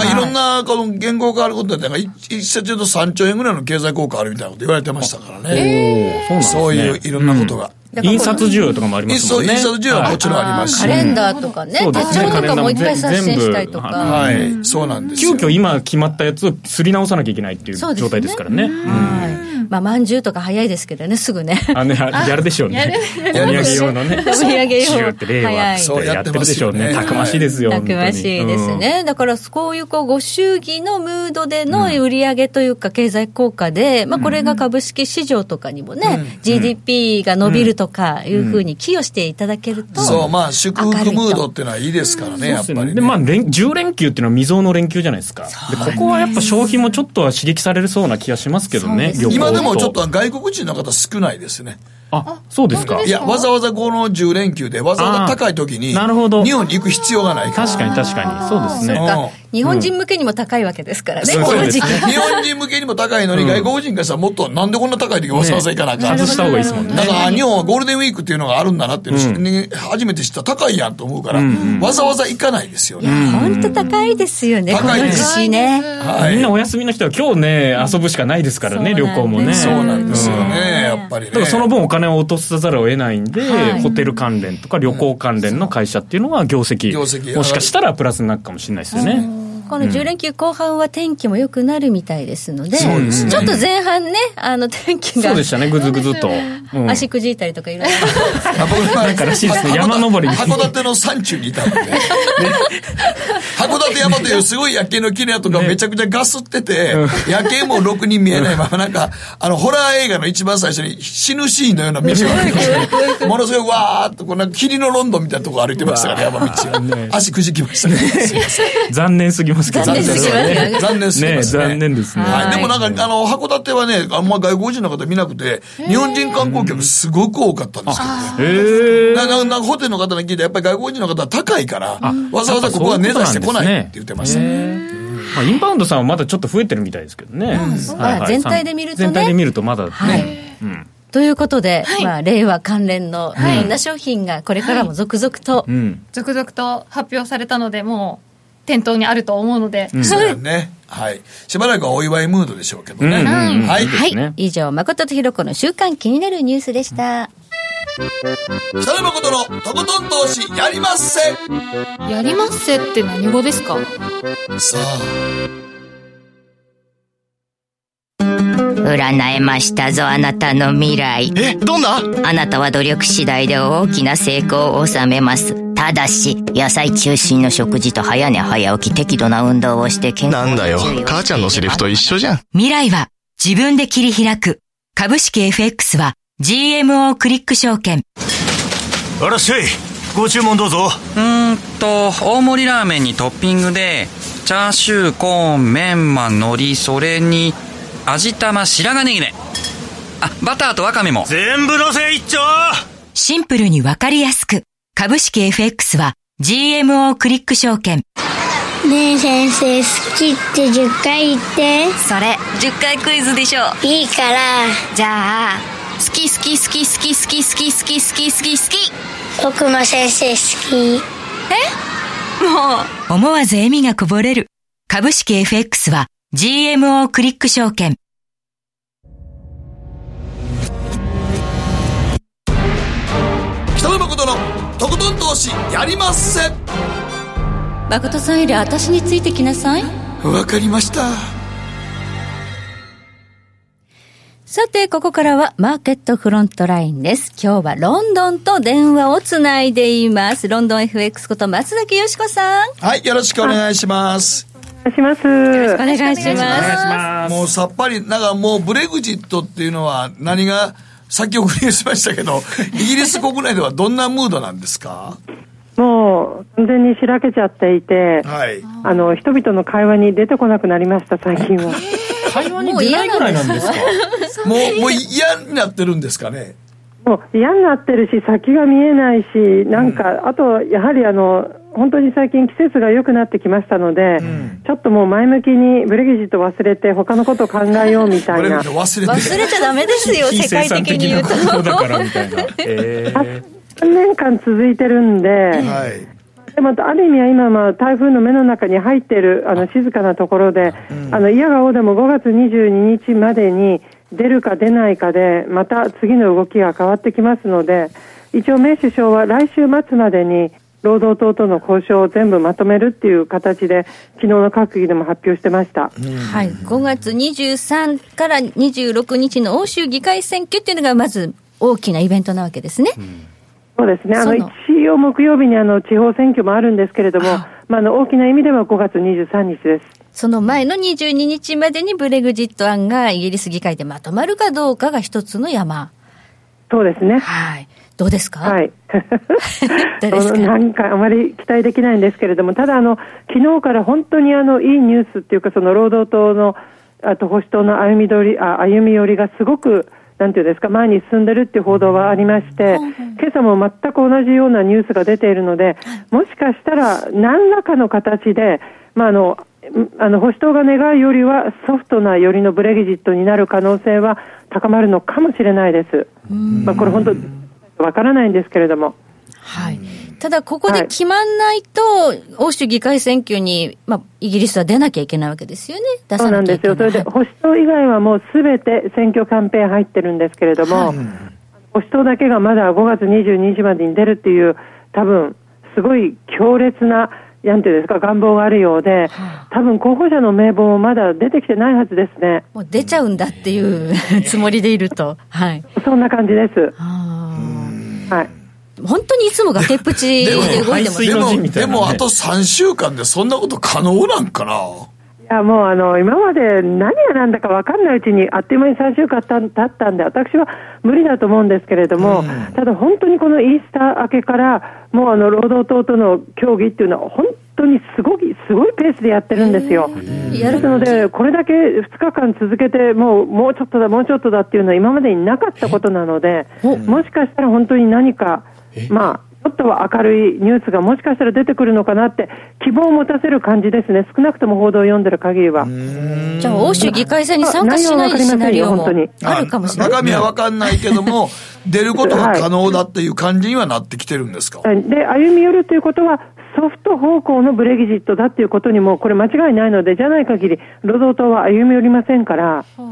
Speaker 2: あ、いろんなこの言語があることで、なんか一一社中と3兆円ぐらいの経済効果あるみたいなこと言われてましたからね。
Speaker 4: おー
Speaker 2: そう
Speaker 4: なん
Speaker 2: いう
Speaker 4: です
Speaker 2: い
Speaker 4: ね
Speaker 2: ろんなことが。
Speaker 4: 印刷需要とかもありま
Speaker 2: 印
Speaker 4: すも
Speaker 2: 刷
Speaker 4: んね
Speaker 2: 印刷需要はもちろんあります
Speaker 3: カ
Speaker 2: し。
Speaker 3: レンダーとかね、手
Speaker 4: そう
Speaker 3: 帳
Speaker 4: ですね
Speaker 3: とかもう一回
Speaker 4: カレ
Speaker 3: 刷
Speaker 4: ンダーも全
Speaker 3: 新したりと
Speaker 4: 全
Speaker 3: か。
Speaker 4: 部
Speaker 2: はい、そうなんです
Speaker 4: 急
Speaker 2: よ。
Speaker 4: 遽今決まったやつをすり直さなきゃいけないっていう
Speaker 3: そうですね
Speaker 4: 状態ですからね。うん
Speaker 3: はい。まあ、まんじゅうとか早いですけどね、すぐね。
Speaker 4: あのややるでしょうね。お土産用の ね。
Speaker 3: お土産用
Speaker 4: シューって令和って
Speaker 2: はい
Speaker 4: やってるでしょう
Speaker 2: そうやっ
Speaker 4: ね。
Speaker 2: てますよね
Speaker 4: たくましいですよ。
Speaker 3: たくましいですね。だから、こういうこう、ご祝儀のムードでの売り上げというか、経済効果で、まあ、これが株式市場とかにもね、GDP が伸びるとかいうふうに寄与していただけると。
Speaker 2: そう、まあ、祝福ムードっていうのはいいですからね、
Speaker 4: 本当に。うん
Speaker 2: や
Speaker 4: そう
Speaker 2: っ
Speaker 4: です
Speaker 2: ぱ
Speaker 4: ね
Speaker 2: り
Speaker 4: で、
Speaker 2: ね。
Speaker 4: まあ、連10連休っていうのは未曾有の連休じゃないですか。で、ここはやっぱ消費もちょっとは刺激されるそうな気がしますけどね、旅行
Speaker 2: 今でも
Speaker 4: と
Speaker 2: ちょっと外国人の方少ないですね。
Speaker 4: あ、そうですか
Speaker 1: 本当。
Speaker 2: いや、わざわざこの10連休で、わざわざ高い時に、
Speaker 4: あーなるほど
Speaker 2: 日本に行く必要がないから。
Speaker 4: 確かに確かに。そうです
Speaker 2: そっ
Speaker 4: ね。
Speaker 2: か
Speaker 3: が日本人向けにも高いわけですからね、
Speaker 4: うん
Speaker 3: この時期。
Speaker 2: 日本人向けにも高いのに、外国人からしたらもっと、なんでこんな高い時わざわざ行かなあかん
Speaker 4: 外した方がいいですもんね。
Speaker 2: だから日本はゴールデンウィークっていうのがあるんだなっていうのを、ね初めて知った高いやんと思うから、わざわざ行かないですよ
Speaker 3: いや
Speaker 2: ね。、
Speaker 3: 本当高いですよね、この
Speaker 2: 高いです
Speaker 3: 時期ね。
Speaker 2: は
Speaker 4: みん
Speaker 2: い
Speaker 4: な。お休みの人は今日ね、遊ぶしかないですからね、
Speaker 3: そうなんです
Speaker 4: 旅行もね。
Speaker 2: そうなんですよ
Speaker 4: うん
Speaker 2: ね、やっぱり
Speaker 4: だか
Speaker 2: ね。
Speaker 4: らその分お金を落とさざるを得ないんで、
Speaker 3: はい
Speaker 4: ホテル関連とか旅行関連の会社っていうのは業績、
Speaker 2: 業績
Speaker 4: もしかしたらプラスになるかもしれないですよね。
Speaker 3: この10連休後半は天気も良くなるみたいですので、
Speaker 2: そうですね
Speaker 3: ちょっと前半ね、あの天気が
Speaker 4: そうでしたねぐずぐずと、うん
Speaker 3: 足くじいたりとかいろいろ。
Speaker 2: あ僕は
Speaker 4: なんからしいですね
Speaker 2: 函館
Speaker 4: 山登りに
Speaker 2: 函館の山中にいたの で、函館山というすごい夜景の綺麗なとこがめちゃくちゃガスってて、夜景もろくに見えないままなんかあのホラー映画の一番最初に死ぬシーンのような道があ ってものすごいわーっとこうなんか霧のロンドンみたいなとこ歩いてましたから山道を足くじきましたね
Speaker 4: 残念すぎますけど
Speaker 3: 残念すぎますよね
Speaker 2: 残念すぎますね
Speaker 4: ね残念ですね
Speaker 2: はい
Speaker 3: はい
Speaker 2: でもなんかあの函館はねあんま外国人の方見なくて日本人観光客すごく多かったんですけどね
Speaker 4: えー
Speaker 2: なななんかホテルの方に聞いて、やっぱり外国人の方は高いから、わざわざここは値段してこないって言ってました。
Speaker 4: へーまあ、インバウンドさんはまだちょっと増えてるみたいですけどね、
Speaker 3: そうだ全体で見るとね
Speaker 4: 全体で見るとまだね、
Speaker 3: はい
Speaker 4: うん
Speaker 3: ということで、
Speaker 1: はい
Speaker 3: まあ、令和関連のいろんな商品がこれからも続々と、
Speaker 4: うん、
Speaker 1: 続々と発表されたので、もう店頭にあると思うので、
Speaker 2: そうだね。はい。しばらくはお祝いムードでしょうけどね。
Speaker 4: うん
Speaker 1: うんうん
Speaker 2: はい。
Speaker 4: ですね
Speaker 3: はい、以上誠とひろ子の週刊気になるニュースでした、
Speaker 2: 北野誠のとことん投資やりまっせ
Speaker 1: やりますせって何語ですか
Speaker 2: さあ、
Speaker 5: 占えましたぞあなたの未来
Speaker 6: え、どんな
Speaker 5: あなたは努力次第で大きな成功を収めますただし野菜中心の食事と早寝早起き適度な運動をして健康
Speaker 6: なんだよ
Speaker 5: に注意をしてい。ます
Speaker 6: 母ちゃんのセリフと一緒じゃん。
Speaker 5: 未来は自分で切り開く株式 FX は GMO クリック証券
Speaker 7: あらっしゃいご注文どうぞ
Speaker 8: うーんと大盛りラーメンにトッピングでチャーシューコーンメンマ海苔それに味玉白髪ネギねあバターとワカメも
Speaker 7: 全部のせい一丁
Speaker 5: シンプルにわかりやすく株式 FX は GMO クリック証券
Speaker 9: ねえ先生好きって10回言って
Speaker 5: それ10回クイズでしょ
Speaker 9: いいから
Speaker 5: じゃあ好き好き好き好き好き好き好き好き好き好き
Speaker 9: 僕も先生好き
Speaker 5: 思わず笑みがこぼれる。株式 FX は GMO クリック証券。
Speaker 2: 北野誠のとことん投資やりまっせ
Speaker 3: 誠さんより私についてきなさい
Speaker 2: わかりました。
Speaker 3: さてここからはマーケットフロントラインです今日はロンドンと電話をつないでいますロンドン FX こと松崎よしこさんよ
Speaker 2: はい。よろしくお願いします。
Speaker 10: します。
Speaker 3: ろしくお願いし
Speaker 4: お願いし
Speaker 3: ま
Speaker 4: ます
Speaker 2: もうさっぱり、なんかもうブレグジットっていうのは何が、先送りしましたけど、イギリス国内ではどんなムードなんですか
Speaker 10: もう完全にしらけちゃっていて、
Speaker 2: はい。
Speaker 10: あの人々の会話に出てこなくなりました最近は。
Speaker 4: 会話に出ないぐらいなんですか
Speaker 2: もう、もう嫌になってるんですかね。
Speaker 10: もう嫌になってるし先が見えないし、なんか、あとやはりあの本当に最近季節が良くなってきましたので、ちょっともう前向きにブレグジット忘れて他のことを考えようみた
Speaker 2: ブ
Speaker 10: い
Speaker 2: レ グ
Speaker 10: な
Speaker 2: ジッ。ト忘れ
Speaker 3: す
Speaker 2: て。
Speaker 3: 忘れちゃダメですよ
Speaker 4: 非
Speaker 3: 世界
Speaker 4: 生産
Speaker 3: 的に
Speaker 4: 的
Speaker 3: 言う
Speaker 4: な
Speaker 3: と
Speaker 4: 行動だからみたいな、えー
Speaker 10: 3年間続いてるんで、
Speaker 2: はい。
Speaker 10: でもある意味は今、まあ、台風の目の中に入っているあの静かなところで、あの嫌がおうでも5月22日までに出るか出ないかで、また次の動きが変わってきますので、一応、メイ首相は来週末までに労働党との交渉を全部まとめるっていう形で、昨日の閣議でも発表してました。
Speaker 3: はい、5月23から26日の欧州議会選挙っていうのがまず大きなイベントなわけですね。
Speaker 10: そうですね。あの、
Speaker 3: そうなの
Speaker 10: 一応木曜日にあの、地方選挙もあるんですけれども、まあ、あの、大きな意味では5月23日です。
Speaker 3: その前の22日までにブレグジット案がイギリス議会でまとまるかどうかが一つの山。
Speaker 10: そうですね。
Speaker 3: はい。どうですか
Speaker 10: は。い。
Speaker 3: どうです
Speaker 10: あの
Speaker 3: か
Speaker 10: なんかあまり期待できないんですけれども、ただあの、昨日から本当にあのいいニュースっていうか、その労働党の、あと保守党の歩み取りあ歩み寄りがすごく、なんていうんですか、前に進んでるっていう報道はありまして、今朝も全く同じようなニュースが出ているので、もしかしたら、何らかの形で、まああの、んあの保守党が願うよりはソフトなよりのブレグジットになる可能性は高まるのかもしれないです。まあこれ本当わからないんですけれども。
Speaker 3: はい。ただ、ここで決まんないと、欧州議会選挙に、まあ、イギリスは出なきゃいけないわけですよね。出
Speaker 10: そう
Speaker 3: さ
Speaker 10: な
Speaker 3: なんきゃい
Speaker 10: です
Speaker 3: けな
Speaker 10: よ、
Speaker 3: い。
Speaker 10: そ
Speaker 3: は
Speaker 10: れで
Speaker 3: い
Speaker 10: 保守党以外はもうすべて選挙キャンペーン入ってるんですけれども、保守党だけがまだ5月22日までに出るっていう、多分すごい強烈ななんていうんですか、願望があるようで、多分候補者の名簿もまだ出てきてないはずですね。
Speaker 3: もう出ちゃうんだっていうつもりでいると。はい。
Speaker 10: そんな感じです。
Speaker 3: あ
Speaker 10: はい。
Speaker 3: ー本当にいつも崖っぷち で動いてます
Speaker 4: 水
Speaker 2: で
Speaker 4: の
Speaker 2: も、
Speaker 4: 陣みたい
Speaker 2: で
Speaker 4: なね
Speaker 2: もあと3週間でそんなこと可能なんかない
Speaker 10: やもうあの今まで何が何だか分かんないうちにあっという間に3週間た経ったんで私は無理だと思うんですけれども、ただ本当にこのイースター明けからもうあの労働党との協議っていうのは本当にすごいすごいペースでやってるんですよ。
Speaker 3: や
Speaker 10: です
Speaker 3: る
Speaker 10: のでこれだけ2日間続けてもうもうちょっとだもうちょっとだっていうのは今までになかったことなのでもしかしたら本当に何かまあちょっとは明るいニュースがもしかしたら出てくるのかなって希望を持たせる感じですね少なくとも報道を読んでる限りは。
Speaker 3: じゃあ、欧州議会選に参加しな
Speaker 10: 内
Speaker 3: い
Speaker 10: 容わかりませ
Speaker 3: シ
Speaker 10: んよ
Speaker 3: ナリオも
Speaker 10: 本当に
Speaker 3: あるかもしれない。
Speaker 2: 中身はわかんないけども、 出ることが可能だっていう感じにはなってきてるんですか、
Speaker 10: で、歩み寄るということは、ソフト方向のブレグジットだっていうことにも、これ間違いないので、じゃない限り、労働党は歩み寄りませんから、う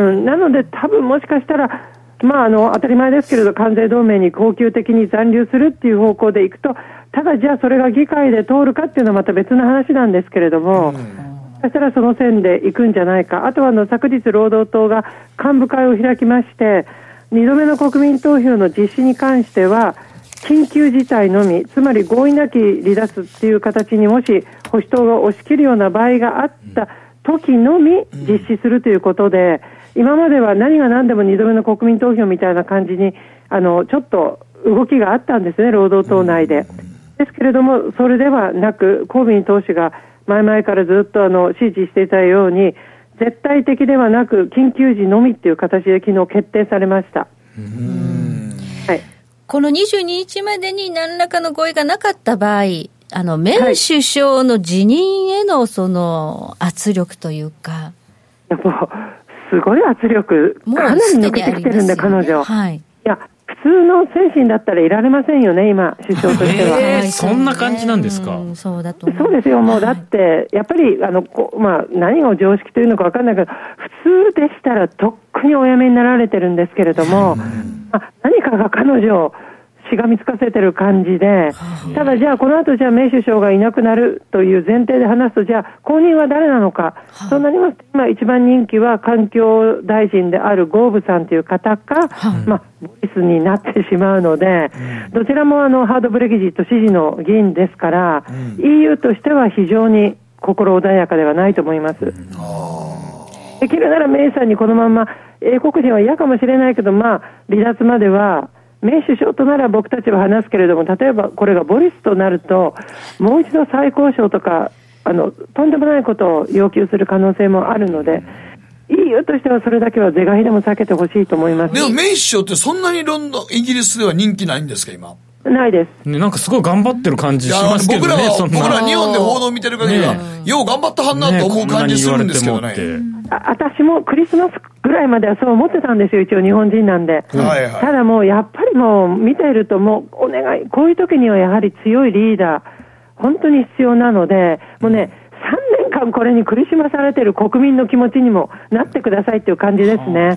Speaker 10: ん、なので、多分もしかしたら、まあ、あの当たり前ですけれど、関税同盟に恒久的に残留するっていう方向でいくと、ただじゃあ、それが議会で通るかっていうのはまた別の話なんですけれども。そしたらその線で行くんじゃないか、あとはあの昨日、労働党が幹部会を開きまして、2度目の国民投票の実施に関しては、緊急事態のみ、つまり合意なき離脱っていう形にもし保守党が押し切るような場合があった時のみ実施するということで、今までは何が何でも2度目の国民投票みたいな感じに、あのちょっと動きがあったんですね、労働党内で。ですけれども、それではなく、コービン党首が前々からずっとあの支持していたように、絶対的ではなく、緊急時のみっていう形で昨日決定されました。はい、
Speaker 3: この22日までに何らかの合意がなかった場合、あの、メン首相の辞任へのその圧力というか、
Speaker 10: やっぱすごい圧力、
Speaker 3: も
Speaker 10: かな
Speaker 3: う
Speaker 10: り
Speaker 3: すで
Speaker 10: 抜
Speaker 3: に
Speaker 10: け
Speaker 3: あ
Speaker 10: てき
Speaker 3: り
Speaker 10: て
Speaker 3: ます
Speaker 10: る
Speaker 3: よ
Speaker 10: ん
Speaker 3: ね。
Speaker 10: で、彼女。
Speaker 3: はい。
Speaker 10: いや、普通の精神だったらいられませんよね、今、首相としては。
Speaker 4: えー
Speaker 3: はい
Speaker 4: そんな感じなんですか
Speaker 3: うそうだと思
Speaker 10: そうですよ、もうだ
Speaker 3: は
Speaker 10: っ
Speaker 3: い
Speaker 10: て、やっぱりあのこう、まあ、何を常識というのか分かんないけど、普通でしたらとっくにお辞めになられてるんですけれども、まあ、何かが彼女をしがみつかせてる感じで、ただじゃあ、この後じゃあ、メイ首相がいなくなるという前提で話すと、じゃあ、後任は誰なのか、そうなりますと、今、一番人気は環境大臣であるゴーブさんという方か、まあ、ボイスになってしまうので、どちらもあのハードブレグジット支持の議員ですから、EU としては非常に心穏やかではないと思います。できるならメイさんにこのまま、英国人は嫌かもしれないけど、まあ、離脱までは、メイ首相となら僕たちは話すけれども、例えばこれがボリスとなると、もう一度再交渉とか、あの、とんでもないことを要求する可能性もあるので、EU としてはそれだけは是が非でも避けてほしいと思います
Speaker 2: で。も、メイ首相ってそんなにロンドン、イギリスでは人気ないんですか、今。
Speaker 10: ないです。
Speaker 4: ね、なんかすごい頑張ってる感じ
Speaker 2: い
Speaker 4: し
Speaker 2: や
Speaker 4: ますけど
Speaker 2: 僕
Speaker 4: ね
Speaker 2: らは、
Speaker 4: そんな
Speaker 2: 僕ら日本で報道見てる限りは
Speaker 4: ね、
Speaker 2: よう頑張ったはんな
Speaker 4: ね
Speaker 2: と思う感じするんですけど
Speaker 4: こんなに言わ
Speaker 2: ね。
Speaker 4: れても
Speaker 10: あ私もクリスマスぐらいまではそう思ってたんですよ、一応日本人なんで。
Speaker 2: はいはい
Speaker 10: ただもうやっぱりもう見ているともうお願い、こういう時にはやはり強いリーダー、本当に必要なので、もうね、3年間これに苦しまされてる国民の気持ちにもなってくださいっていう感じですね。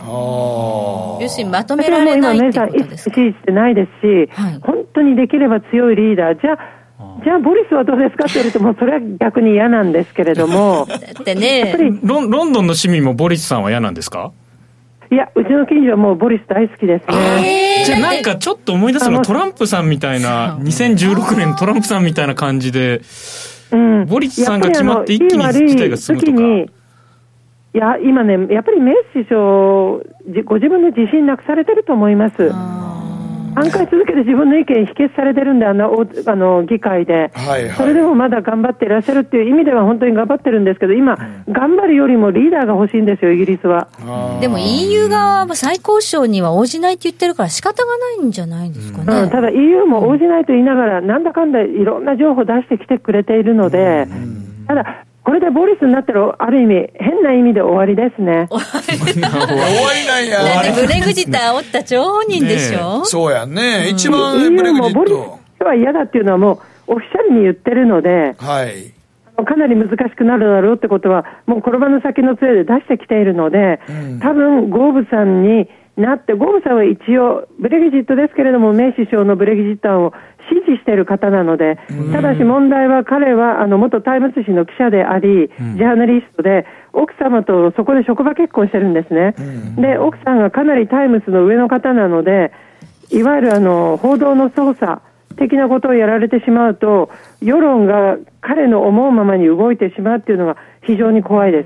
Speaker 3: 要するにまとめ
Speaker 10: 私は
Speaker 3: ら
Speaker 10: も
Speaker 3: れ
Speaker 10: う今、
Speaker 3: ない
Speaker 10: メ
Speaker 3: っ
Speaker 10: イ
Speaker 3: て
Speaker 10: さ
Speaker 3: い
Speaker 10: ん、
Speaker 3: うこ
Speaker 10: 一
Speaker 3: とです
Speaker 10: 切
Speaker 3: か。
Speaker 10: してないですし、
Speaker 3: はい
Speaker 10: 本当にできれば強いリーダー、じゃあ、じゃあ、ボリスはどうですかって言われても、それは逆に嫌なんですけれども。
Speaker 3: だって
Speaker 10: やっぱ
Speaker 3: ね、
Speaker 10: り
Speaker 4: ロンロンドンの市民もボリスさんは嫌なんですか
Speaker 10: いや、うちの近所はもうボリス大好きですね。
Speaker 4: じゃあなんかちょっと思い出すの
Speaker 10: あ
Speaker 4: が
Speaker 10: の
Speaker 4: トランプさんみたいな2016年のトランプさんみたいな感じで
Speaker 10: うん
Speaker 4: ボリスさんが決まって一気に事態が進むとか
Speaker 10: やっぱりあのいい悪い時にいや、今ね、やっぱりメイ首相、じご自分の自信なくされてると思います。3回続けて自分の意見否決されてるんで、あの、おあの議会で。
Speaker 2: はいはい
Speaker 10: それでもまだ頑張っていらっしゃるっていう意味では本当に頑張ってるんですけど、今、頑張るよりもリーダーが欲しいんですよ、イギリスは。
Speaker 3: でも EU 側は再交渉には応じないって言ってるから仕方がないんじゃないですかね。
Speaker 10: うん、ただ EU も応じないと言いながら、なんだかんだいろんな情報を出してきてくれているので、ただ、これでボリスになってる、ある意味、変な意味で終わりですね。
Speaker 2: 終わりなん
Speaker 3: だって
Speaker 2: や。
Speaker 3: ブレグジット煽った情人でし ょ、
Speaker 2: そうやんね。一番ブレ
Speaker 10: EU
Speaker 2: グジ
Speaker 10: もボ
Speaker 2: ッ
Speaker 10: リ
Speaker 2: ト。
Speaker 10: スは嫌だっていうのは、もうオフィシャルに言ってるので、
Speaker 2: はい。
Speaker 10: かなり難しくなるだろうってことは、もう転ばぬ先の杖で出してきているので、多分ゴーブさんになって、ゴーブさんは一応、ブレグジットですけれども、メイ首相のブレグジット案を支持している方なので、ただし問題は彼はあの元タイムズ紙の記者であり、ジャーナリストで、奥様とそこで職場結婚してるんですね。で、奥さんがかなりタイムズの上の方なので、いわゆるあの報道の操作的なことをやられてしまうと、世論が彼の思うままに動いてしまうっていうのが非常に怖いです。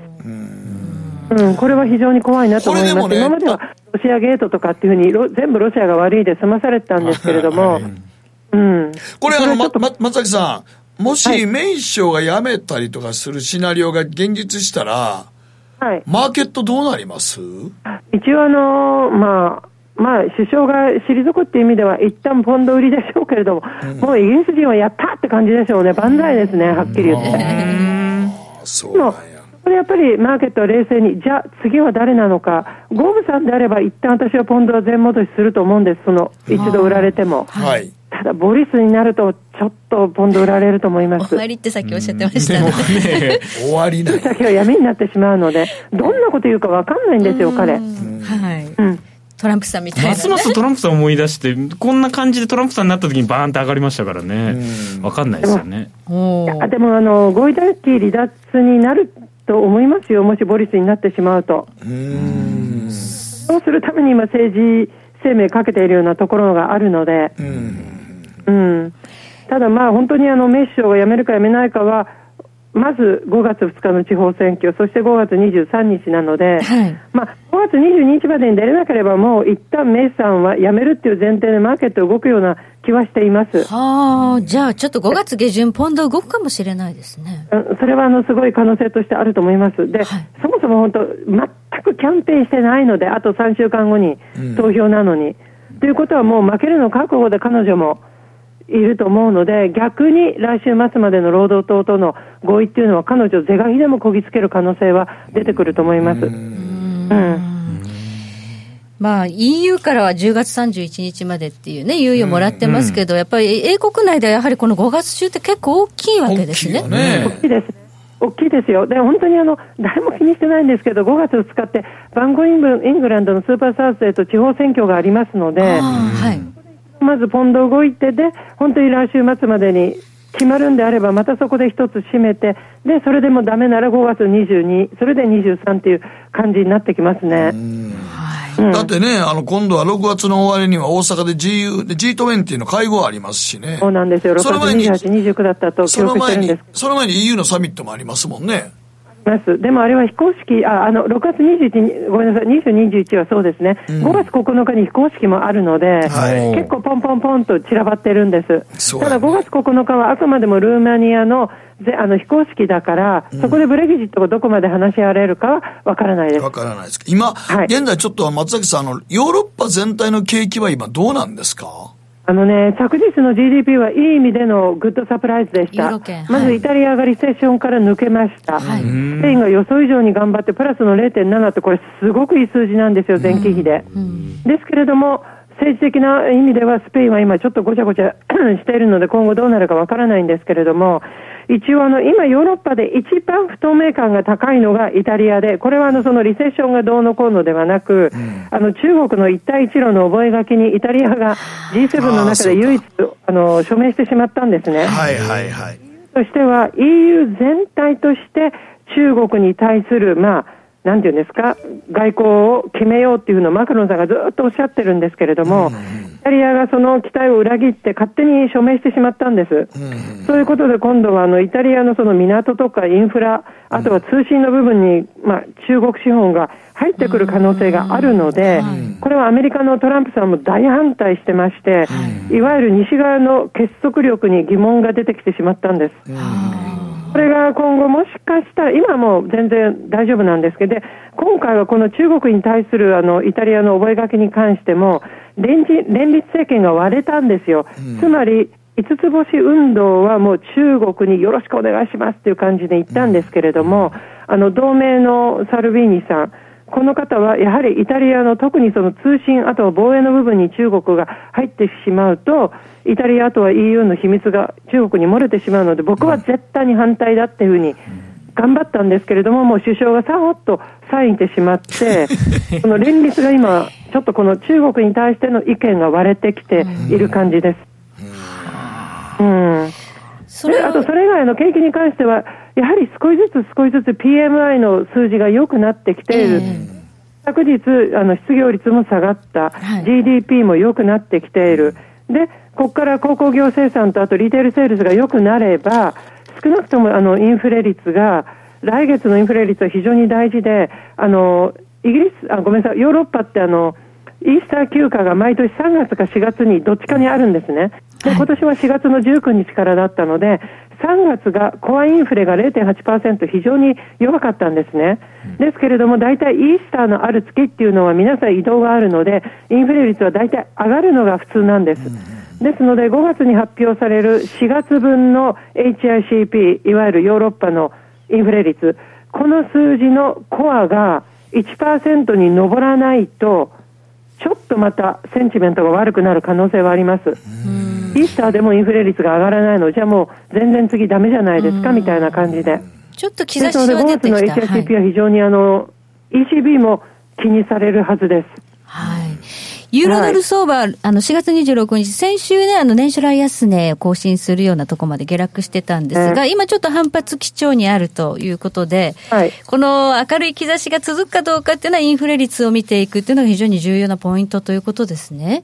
Speaker 10: うん、これは非常に怖いなと思います。
Speaker 2: これでもね
Speaker 10: 今まではロシアゲートとかっていうふうにロ全部ロシアが悪いで済まされてたんですけれども、うん、
Speaker 2: これあの、
Speaker 10: それちょ
Speaker 2: ま
Speaker 10: っと、
Speaker 2: ま、松崎さん、も
Speaker 10: は
Speaker 2: し
Speaker 10: い
Speaker 2: メイ首相が辞めたりとかするシナリオが現実したら、
Speaker 10: はい、
Speaker 2: マーケットどうなります
Speaker 10: 一応あのまあ、まあ、首相が退くっていう意味では、一旦ポンド売りでしょうけれども、もうイギリス人はやったって感じでしょうね、万歳ですね、はっきり言って。
Speaker 2: あそう
Speaker 10: でも
Speaker 2: なんや。
Speaker 10: これやっぱりマーケットは冷静に、じゃあ次は誰なのか、ゴムさんであれば、一旦私はポンドは全戻しすると思うんです、その一度売られても。
Speaker 2: はい。
Speaker 10: ただ、ボリスになると、ちょっとポンド売られると思います。
Speaker 3: 終わりってさっきおっしゃってましたね。
Speaker 4: ね
Speaker 2: 終わりない。
Speaker 10: 先は闇になってしまうので、どんなこと言うか分かんないんですよ、彼。
Speaker 3: はい。
Speaker 10: うん
Speaker 3: トランプさんみたいな、
Speaker 4: ますますトランプさん思い出してこんな感じでトランプさんになった時にバーンって上がりましたからね分かんないですよね
Speaker 3: おー
Speaker 10: あでもあの合意脱離脱になると思いますよ、もしボリスになってしまうと。そうするために今、政治生命かけているようなところがあるので、うんただまあ、本当にあのメイ首相が辞めるか辞めないかは、まず5月2日の地方選挙、そして5月23日なので、
Speaker 3: はい
Speaker 10: まあ、5月22日までに出れなければ、もう一旦メイさんは辞めるっていう前提でマーケット動くような気はしています。
Speaker 3: はあ、じゃあちょっと5月下旬、ポンド動くかもしれないですね。
Speaker 10: うんそれはあのすごい可能性としてあると思います。で、
Speaker 3: はい
Speaker 10: そもそも本当、全くキャンペーンしてないので、あと3週間後に投票なのに。ということは、もう負けるの覚悟で彼女もいると思うので、逆に来週末までの労働党との合意っていうのは、彼女、是が非でもこぎつける可能性は出てくると思います。うん
Speaker 3: まあ、EU からは10月31日までっていうね、猶予もらってますけど、やっぱり英国内ではやはりこの5月中って結構大きいわけですね。
Speaker 2: 大きいよね
Speaker 10: 大。きいです。大きいですよ。で、本当にあの、誰も気にしてないんですけど、5月2日って、バンコインブイングランドのスーパーサーズデーと地方選挙がありますので、
Speaker 3: ああはい。
Speaker 10: まずポンド動いてで、本当に来週末までに決まるんであれば、またそこで一つ締めて、で、それでもダメなら5月22、それで23っていう感じになってきますね。
Speaker 2: だってね、あの、今度は6月の終わりには大阪で GU、で G20 の会合ありますしね。
Speaker 10: そうなんですよ。6
Speaker 2: その
Speaker 10: 月
Speaker 2: 前に
Speaker 10: 28、29だったと記
Speaker 2: その
Speaker 10: 憶して
Speaker 2: 前
Speaker 10: るん
Speaker 2: に
Speaker 10: です。、
Speaker 2: その前に EU のサミットもありますもんね。
Speaker 10: ます。でもあれは非公式、あ、あの、6月21日、ごめんなさい、20、21はそうですね。5月9日に非公式もあるので、
Speaker 2: はい
Speaker 10: 結構ポンポンポンと散らばってるんです。
Speaker 2: そうだ
Speaker 10: た
Speaker 2: ね
Speaker 10: だ5月9日はあくまでもルーマニアの、ぜあの、非公式だから、そこでブレグジットがどこまで話し合われるかはわからないです
Speaker 2: わ。からないですけど。今、
Speaker 10: はい
Speaker 2: 現在ちょっと松崎さん、あの、ヨーロッパ全体の景気は今どうなんですか
Speaker 10: あのね、昨日の GDP はいい意味でのグッドサプライズでし
Speaker 3: ユー
Speaker 10: た
Speaker 3: ロ圏。
Speaker 10: ま
Speaker 3: は
Speaker 10: ず
Speaker 3: い
Speaker 10: イタリアがリセッションから抜けました。ス
Speaker 3: はい
Speaker 10: ペインが予想以上に頑張って、プラスの0.7って、これ、すごくいい数字なんですよ、前期比で。ですけれども、政治的な意味では、スペインは今、ちょっとごちゃごちゃ しているので、今後どうなるかわからないんですけれども、一応あの、今、ヨーロッパで一番不透明感が高いのがイタリアで、これはあのそのリセッションがどうのこうのではなく、あの中国の一帯一路の覚書にイタリアが G7 の中で唯一あの署名してしまったんですね。
Speaker 2: はいはいはい。
Speaker 10: としては EU 全体として中国に対する、まあ、なんていうんですか、外交を決めようっていうのをマクロンさんがずっとおっしゃってるんですけれども、イタリアがその期待を裏切って勝手に署名してしまったんです。そういうことで今度はあのイタリアのその港とかインフラ、あとは通信の部分に、まあ、中国資本が入ってくる可能性があるので、これはアメリカのトランプさんも大反対してまして、いわゆる西側の結束力に疑問が出てきてしまったんです。これが今後もしかしたら、今はもう全然大丈夫なんですけど、で今回はこの中国に対するあのイタリアの覚書に関しても連立、連立政権が割れたんですよ。つまり、五つ星運動はもう中国によろしくお願いしますっていう感じで言ったんですけれども、あの同盟のサルビーニさん、この方はやはりイタリアの特にその通信、あとは防衛の部分に中国が入ってしまうと、イタリアあとは EU の秘密が中国に漏れてしまうので、僕は絶対に反対だっていうふうに頑張ったんですけれども、もう首相がさほっとサインしてしまって、この連立が今、ちょっとこの中国に対しての意見が割れてきている感じです。
Speaker 3: それ
Speaker 10: で
Speaker 3: を
Speaker 10: あとそれ以外の景気に関しては、やはり少しずつ少しずつ PMI の数字が良くなってきている。昨日あの失業率も下がった、
Speaker 3: はい
Speaker 10: GDP も良くなってきている、でここから鉱工業生産とあとリテールセールスが良くなれば、少なくともあのインフレ率が、来月のインフレ率は非常に大事で、あのイギリスあ、ごめんなさい、ヨーロッパってあのイースター休暇が毎年3月か4月にどっちかにあるんですね。で今年は4月の19日からだったので、3月がコアインフレが0.8%非常に弱かったんですね。ですけれども大体イースターのある月っていうのは皆さん移動があるので、インフレ率は大体上がるのが普通なんです。ですので5月に発表される4月分の HICP、いわゆるヨーロッパのインフレ率、この数字のコアが1%に上らないと、ちょっとまたセンチメントが悪くなる可能性はあります。イースターでもインフレ率が上がらないのじゃもう全然次ダメじゃないですかみたいな感じで。
Speaker 3: ちょっと兆し
Speaker 10: ですので
Speaker 3: は出
Speaker 10: 5月
Speaker 3: て
Speaker 10: の
Speaker 3: きた。はい
Speaker 10: HSCP は非常にあの、ECB も気にされるはずです。
Speaker 3: はい。ユーロドル相場、あの、4月26日、先週ね、あの、年初来安値を更新するようなとこまで下落してたんですが、今ちょっと反発基調にあるということで、
Speaker 10: はい
Speaker 3: この明るい兆しが続くかどうかっていうのは、インフレ率を見ていくっていうのが非常に重要なポイントということですね。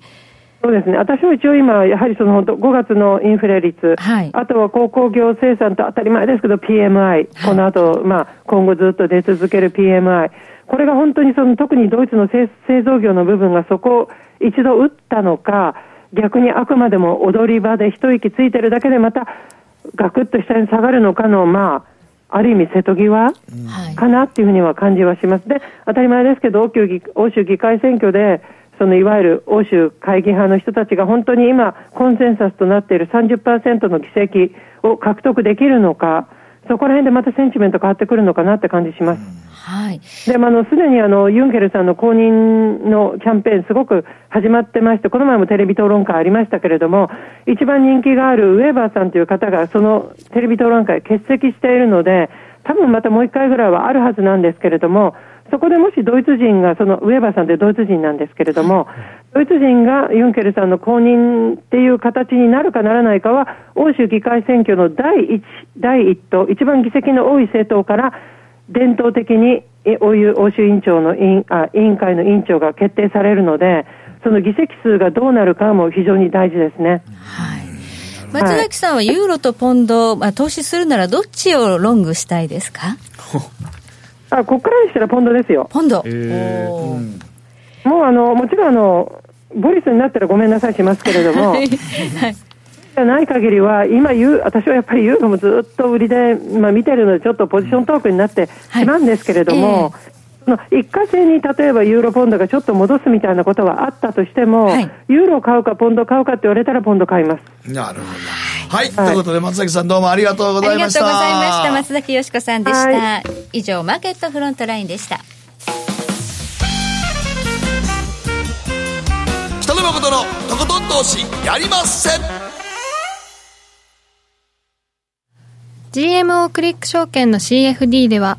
Speaker 10: そうですね。私も一応今、やはりその本当5月のインフレ率、
Speaker 3: はい
Speaker 10: あとは鉱工業生産と当たり前ですけど PMI、この後、まあ今後ずっと出続ける PMI、これが本当にその特にドイツの製製造業の部分がそこを一度打ったのか、逆にあくまでも踊り場で一息ついてるだけでまたガクッと下に下がるのかの、まあ、ある意味瀬戸際、
Speaker 3: はい。
Speaker 10: かなっていうふうには感じはします。で、当たり前ですけど、欧州議欧州議会選挙で、そのいわゆる欧州会議派の人たちが本当に今、コンセンサスとなっている30%の議席を獲得できるのか、そこら辺でまたセンチメント変わってくるのかなって感じします。
Speaker 3: はい。
Speaker 10: でもあのすでにあのユンケルさんの公認のキャンペーン、すごく始まってまして、この前もテレビ討論会ありましたけれども、一番人気があるウェーバーさんという方が、そのテレビ討論会、欠席しているので、多分またもう一回ぐらいはあるはずなんですけれども、そこでもしドイツ人が、そのウェーバーさんってドイツ人なんですけれども、ドイツ人がユンケルさんの公認っていう形になるかならないかは、欧州議会選挙の第一、第一党、一番議席の多い政党から、伝統的にえ欧州欧州委員長の委員あ委員会の委員長が決定されるので、その議席数がどうなるかも非常に大事ですね。
Speaker 3: 松崎さんはユーロとポンド、まあ、投資するならどっちをロングしたいですか
Speaker 10: あここからでしたらポンドですよ。
Speaker 3: ポンド。
Speaker 4: えー
Speaker 3: おー
Speaker 10: もうあのもちろんあのボリスになったらごめんなさいしますけれども、じゃない限りは今ユー私はやっぱりユーロもずっと売りでまあ見てるのでちょっとポジショントークになって
Speaker 3: はい
Speaker 10: しまうんですけれども。その一過性に例えばユーロポンドがちょっと戻すみたいなことはあったとしても、
Speaker 3: はい
Speaker 10: ユーロ買うかポンド買うかって言われたらポンド買います。
Speaker 2: なるほど。はい。ということで、松崎さんどうもありがとうご
Speaker 3: あ
Speaker 2: ざい
Speaker 3: りが
Speaker 2: まし
Speaker 3: とう
Speaker 2: た。
Speaker 3: ございました。松崎よしこさんでし
Speaker 10: は
Speaker 3: た。以上、マーケットフロントラインでした。
Speaker 2: 北野誠のとことん投資やりません
Speaker 1: GMO クリック証券の CFD では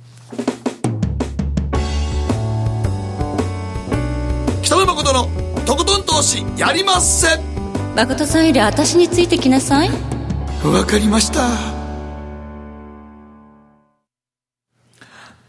Speaker 2: 北野誠のとことん投資やりません
Speaker 3: 誠さんより私についてきなさい。
Speaker 2: わかりました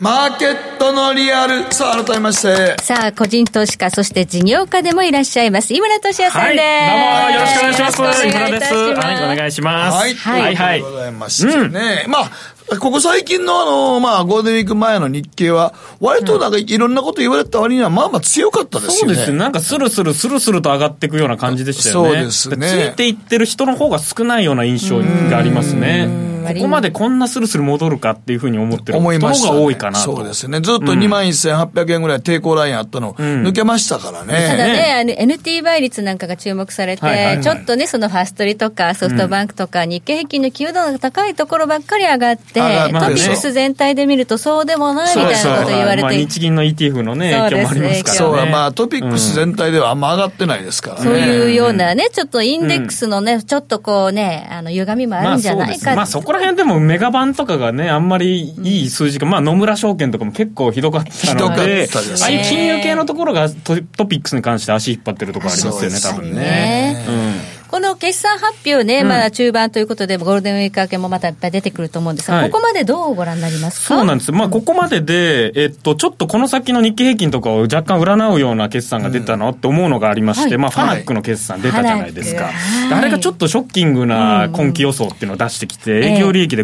Speaker 2: マーケットのリアル。さあ、改めまして。
Speaker 3: さあ、個人投資家、そして事業家でもいらっしゃいます。井村俊也さん
Speaker 4: はい、
Speaker 3: です。
Speaker 4: どうもよろしくお願いします。
Speaker 3: よろしくお
Speaker 4: 村
Speaker 3: 願いい
Speaker 4: で
Speaker 3: た
Speaker 4: す。
Speaker 3: します。
Speaker 4: はい、お願いします。
Speaker 2: はい。
Speaker 3: はい
Speaker 2: ということでございましてね。まあ、ここ最近のあの、まあ、ゴールデンウィーク前の日経は、割となんかいろんなこと言われた割には、まあまあ強かったです
Speaker 4: そう
Speaker 2: よね。
Speaker 4: ですね。なんかスルスルスルスルと上がっていくような感じでしたよね。
Speaker 2: そうですね
Speaker 4: ついていってる人の方が少ないような印象がありますね。ここまでこんなスルスル戻るかっていうふうに思ってる人
Speaker 2: 思い
Speaker 4: の
Speaker 2: ました、
Speaker 4: 方が多いかなと。
Speaker 2: そうですね。ずっと2万1800円ぐらい抵抗ラインあったの、抜けましたから
Speaker 3: た
Speaker 2: ね。
Speaker 3: だね、あの NT 倍率なんかが注目されて、
Speaker 4: はいはいはい
Speaker 3: ちょっとね、そのファストリとかソフトバンクとか、日経平均の給与度の高いところばっかり上がって、
Speaker 2: 上がって
Speaker 4: ね
Speaker 3: トピックス全体で見るとそうでもないみたいなこと言われ
Speaker 4: まあ
Speaker 3: ていて
Speaker 4: 日銀の ETF のね、影響もありますからね。
Speaker 2: そう
Speaker 3: だ
Speaker 2: はまあトピックス全体ではあんま上がってないですからね。
Speaker 3: そういうようなね、ちょっとインデックスのね、ちょっとこうね、あの、歪みもあるんじゃないかって。
Speaker 4: まあそうですねまあそこら辺でもメガバンとかがね、あんまりいい数字が、まあ野村証券とかも結構ひどかったので、
Speaker 2: ひどかったですね
Speaker 4: ああいう金融系のところがトトピックスに関して足引っ張ってるところありますよね、多分ね。
Speaker 3: ねこの決算発表ね、まだ中盤ということで、ゴールデンウィーク明けもまたいっぱい出てくると思うんですが、
Speaker 4: はい
Speaker 3: ここまでどうご覧になりますか
Speaker 4: そうなんです。まあ、ここまでで、えっと、ちょっとこの先の日経平均とかを若干占うような決算が出たなって思うのがありまして、
Speaker 3: はい
Speaker 4: まあ、ファナックの決算出たじゃないです
Speaker 3: フ
Speaker 4: か。
Speaker 3: ァナック
Speaker 4: で
Speaker 3: はい
Speaker 4: あれがちょっとショッキングな今期予想っていうのを出してきて、
Speaker 3: ええ
Speaker 4: 営業利益で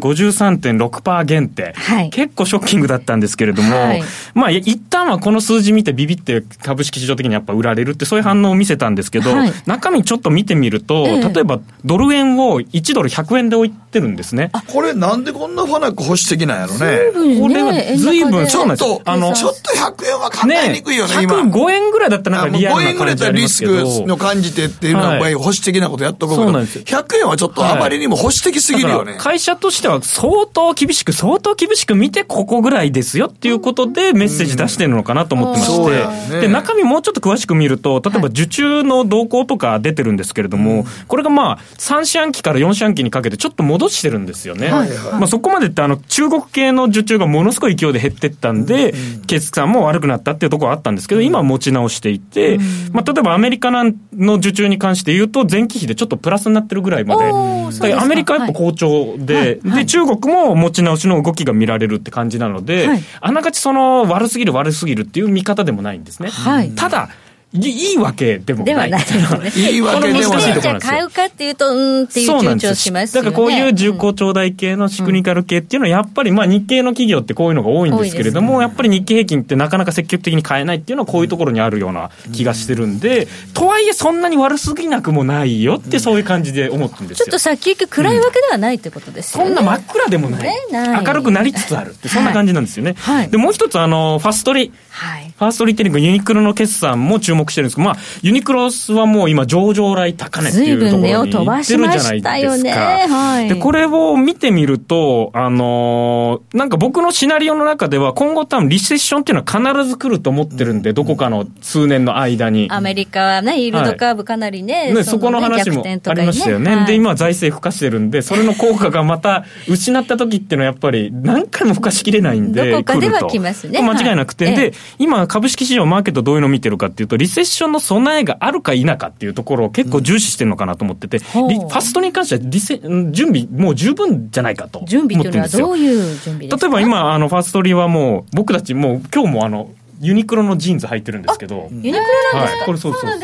Speaker 4: 53.6%減って、
Speaker 3: はい
Speaker 4: 結構ショッキングだったんですけれども、
Speaker 3: はい
Speaker 4: まあ、一旦はこの数字見てビビって株式市場的にやっぱ売られるって、そういう反応を見せたんですけど、
Speaker 3: はい
Speaker 4: 中身ちょっと見てみると、
Speaker 3: ええ
Speaker 4: 例えばドル円を1ドル100円で置いてるんですね。
Speaker 2: これなんでこんなファナック保守的なんやろね。
Speaker 3: ね
Speaker 4: これは随分、
Speaker 3: 円高で
Speaker 4: そうなんで
Speaker 2: ち
Speaker 4: す
Speaker 2: ょ
Speaker 4: よ
Speaker 2: っと、
Speaker 4: あの、
Speaker 2: ちょっと100円は考えにくいよね、今。
Speaker 4: 105円ぐらいだったらなんかリア
Speaker 2: 5
Speaker 4: ル
Speaker 2: 円
Speaker 4: な
Speaker 2: ぐらい
Speaker 4: 感じ
Speaker 2: だ
Speaker 4: あ
Speaker 2: ったら
Speaker 4: り
Speaker 2: リ
Speaker 4: ます
Speaker 2: ス
Speaker 4: けど
Speaker 2: クの感じてっていうのは、
Speaker 4: はい
Speaker 2: 保守的なことやっとこうけ
Speaker 4: そ
Speaker 2: ど、
Speaker 4: うなんですよ
Speaker 2: 100円はちょっとあまりにも保守的すぎるよ
Speaker 4: だ
Speaker 2: ね。
Speaker 4: から会社としては相当厳しく、相当厳しく見てここぐらいですよっていうことでメッセージ出してるのかなと思ってま
Speaker 2: うん
Speaker 4: し
Speaker 2: そうやん
Speaker 4: て、
Speaker 2: ね
Speaker 4: で、中身もうちょっと詳しく見ると、例えば受注の動向とか出てるんですけれども、これがまあ3四半期から4四半期にかけてちょっと戻してるんですよね。まあそこまでってあの中国系の受注がものすごい勢いで減ってったんで、決算も悪くなったっていうところはあったんですけど、今は持ち直していて、まあ例えばアメリカなんの受注に関して言うと、前期比でちょっとプラスになってるぐらいまで、
Speaker 3: おーそうですか
Speaker 4: だからアメリカはやっぱ好調で、で、中国も持ち直しの動きが見られるって感じなので、
Speaker 3: はい
Speaker 4: あながちその悪すぎる悪すぎるっていう見方でもないんですね。
Speaker 3: はい
Speaker 4: ただ、いいいわけでも
Speaker 3: で
Speaker 4: な。
Speaker 3: はい ないですね。
Speaker 2: いいわけでも
Speaker 4: この難し
Speaker 2: ないい
Speaker 4: とこ。
Speaker 3: じゃあ買うかっていうと、うーんっていう
Speaker 4: そうな
Speaker 3: 躊
Speaker 4: ん
Speaker 3: 躇
Speaker 4: で
Speaker 3: し
Speaker 4: す
Speaker 3: ます
Speaker 4: だ
Speaker 3: よ、
Speaker 4: か
Speaker 3: ね。
Speaker 4: らこういう重工長大系のシクニカル系っていうのはやっぱりまあ日系の企業ってこういうのが多いんですけれども、やっぱり日経平均ってなかなか積極的に買えないっていうのはこういうところにあるような気がしてるんで、とはいえそんなに悪すぎなくもないよってそういう感じで思ってるんです
Speaker 3: ちょ
Speaker 4: よ。
Speaker 3: っと先行き暗いわけではないってことですよ
Speaker 4: そ
Speaker 3: ね。
Speaker 4: んな真っ暗でもない。
Speaker 3: ねない
Speaker 4: 明るくなりつつあるって、そんな感じなんですよね。
Speaker 3: はいはい
Speaker 4: で、もう一つ、あの、ファストリ。
Speaker 3: はい。
Speaker 4: ファーストリテイリング、ユニクロの決算も注目してるんですけど、まあ、ユニクロスはもう今、上場来高値っていうところ
Speaker 3: 随分
Speaker 4: に
Speaker 3: 値を飛
Speaker 4: 行
Speaker 3: ば
Speaker 4: って
Speaker 3: し
Speaker 4: る
Speaker 3: ま
Speaker 4: じゃな
Speaker 3: し
Speaker 4: い
Speaker 3: たよね
Speaker 4: ですか。
Speaker 3: はい
Speaker 4: で、これを見てみると、あのーなんか僕のシナリオの中では、今後多分リセッションっていうのは必ず来ると思ってるんで、どこかの数年の間に。
Speaker 3: アメリカはね、イールドカーブかなりね、
Speaker 4: ね、
Speaker 3: の
Speaker 4: そこの話も
Speaker 3: 逆転と
Speaker 4: あ
Speaker 3: かね
Speaker 4: りましたよね。
Speaker 3: はい
Speaker 4: で、今は財政孵化してるんで、それの効果が また失った時っていうのはやっぱり何回も孵化しきれないんで、
Speaker 3: どこかでは
Speaker 4: 来ると
Speaker 3: 来ますね
Speaker 4: 間違いなくて。
Speaker 3: はいええ
Speaker 4: で、今株式市場マーケットどういうのを見てるかっていうと、リセッションの備えがあるか否かっていうところを結構重視してるのかなと思ってて、
Speaker 3: うん
Speaker 4: リ
Speaker 3: ほ
Speaker 4: フ
Speaker 3: う
Speaker 4: ァストに関してはリセ、準備もう十分じゃないかと思って
Speaker 3: 準
Speaker 4: るん
Speaker 3: 備というのは
Speaker 4: ですよ
Speaker 3: どういう準備ですか
Speaker 4: 例えば今、あの、ファーストリーはもう、僕たちもう今日もあの、ユニクロのジーンズ履いてるんですけど、
Speaker 3: ユニクロなんです
Speaker 4: はい、これそうそうそうな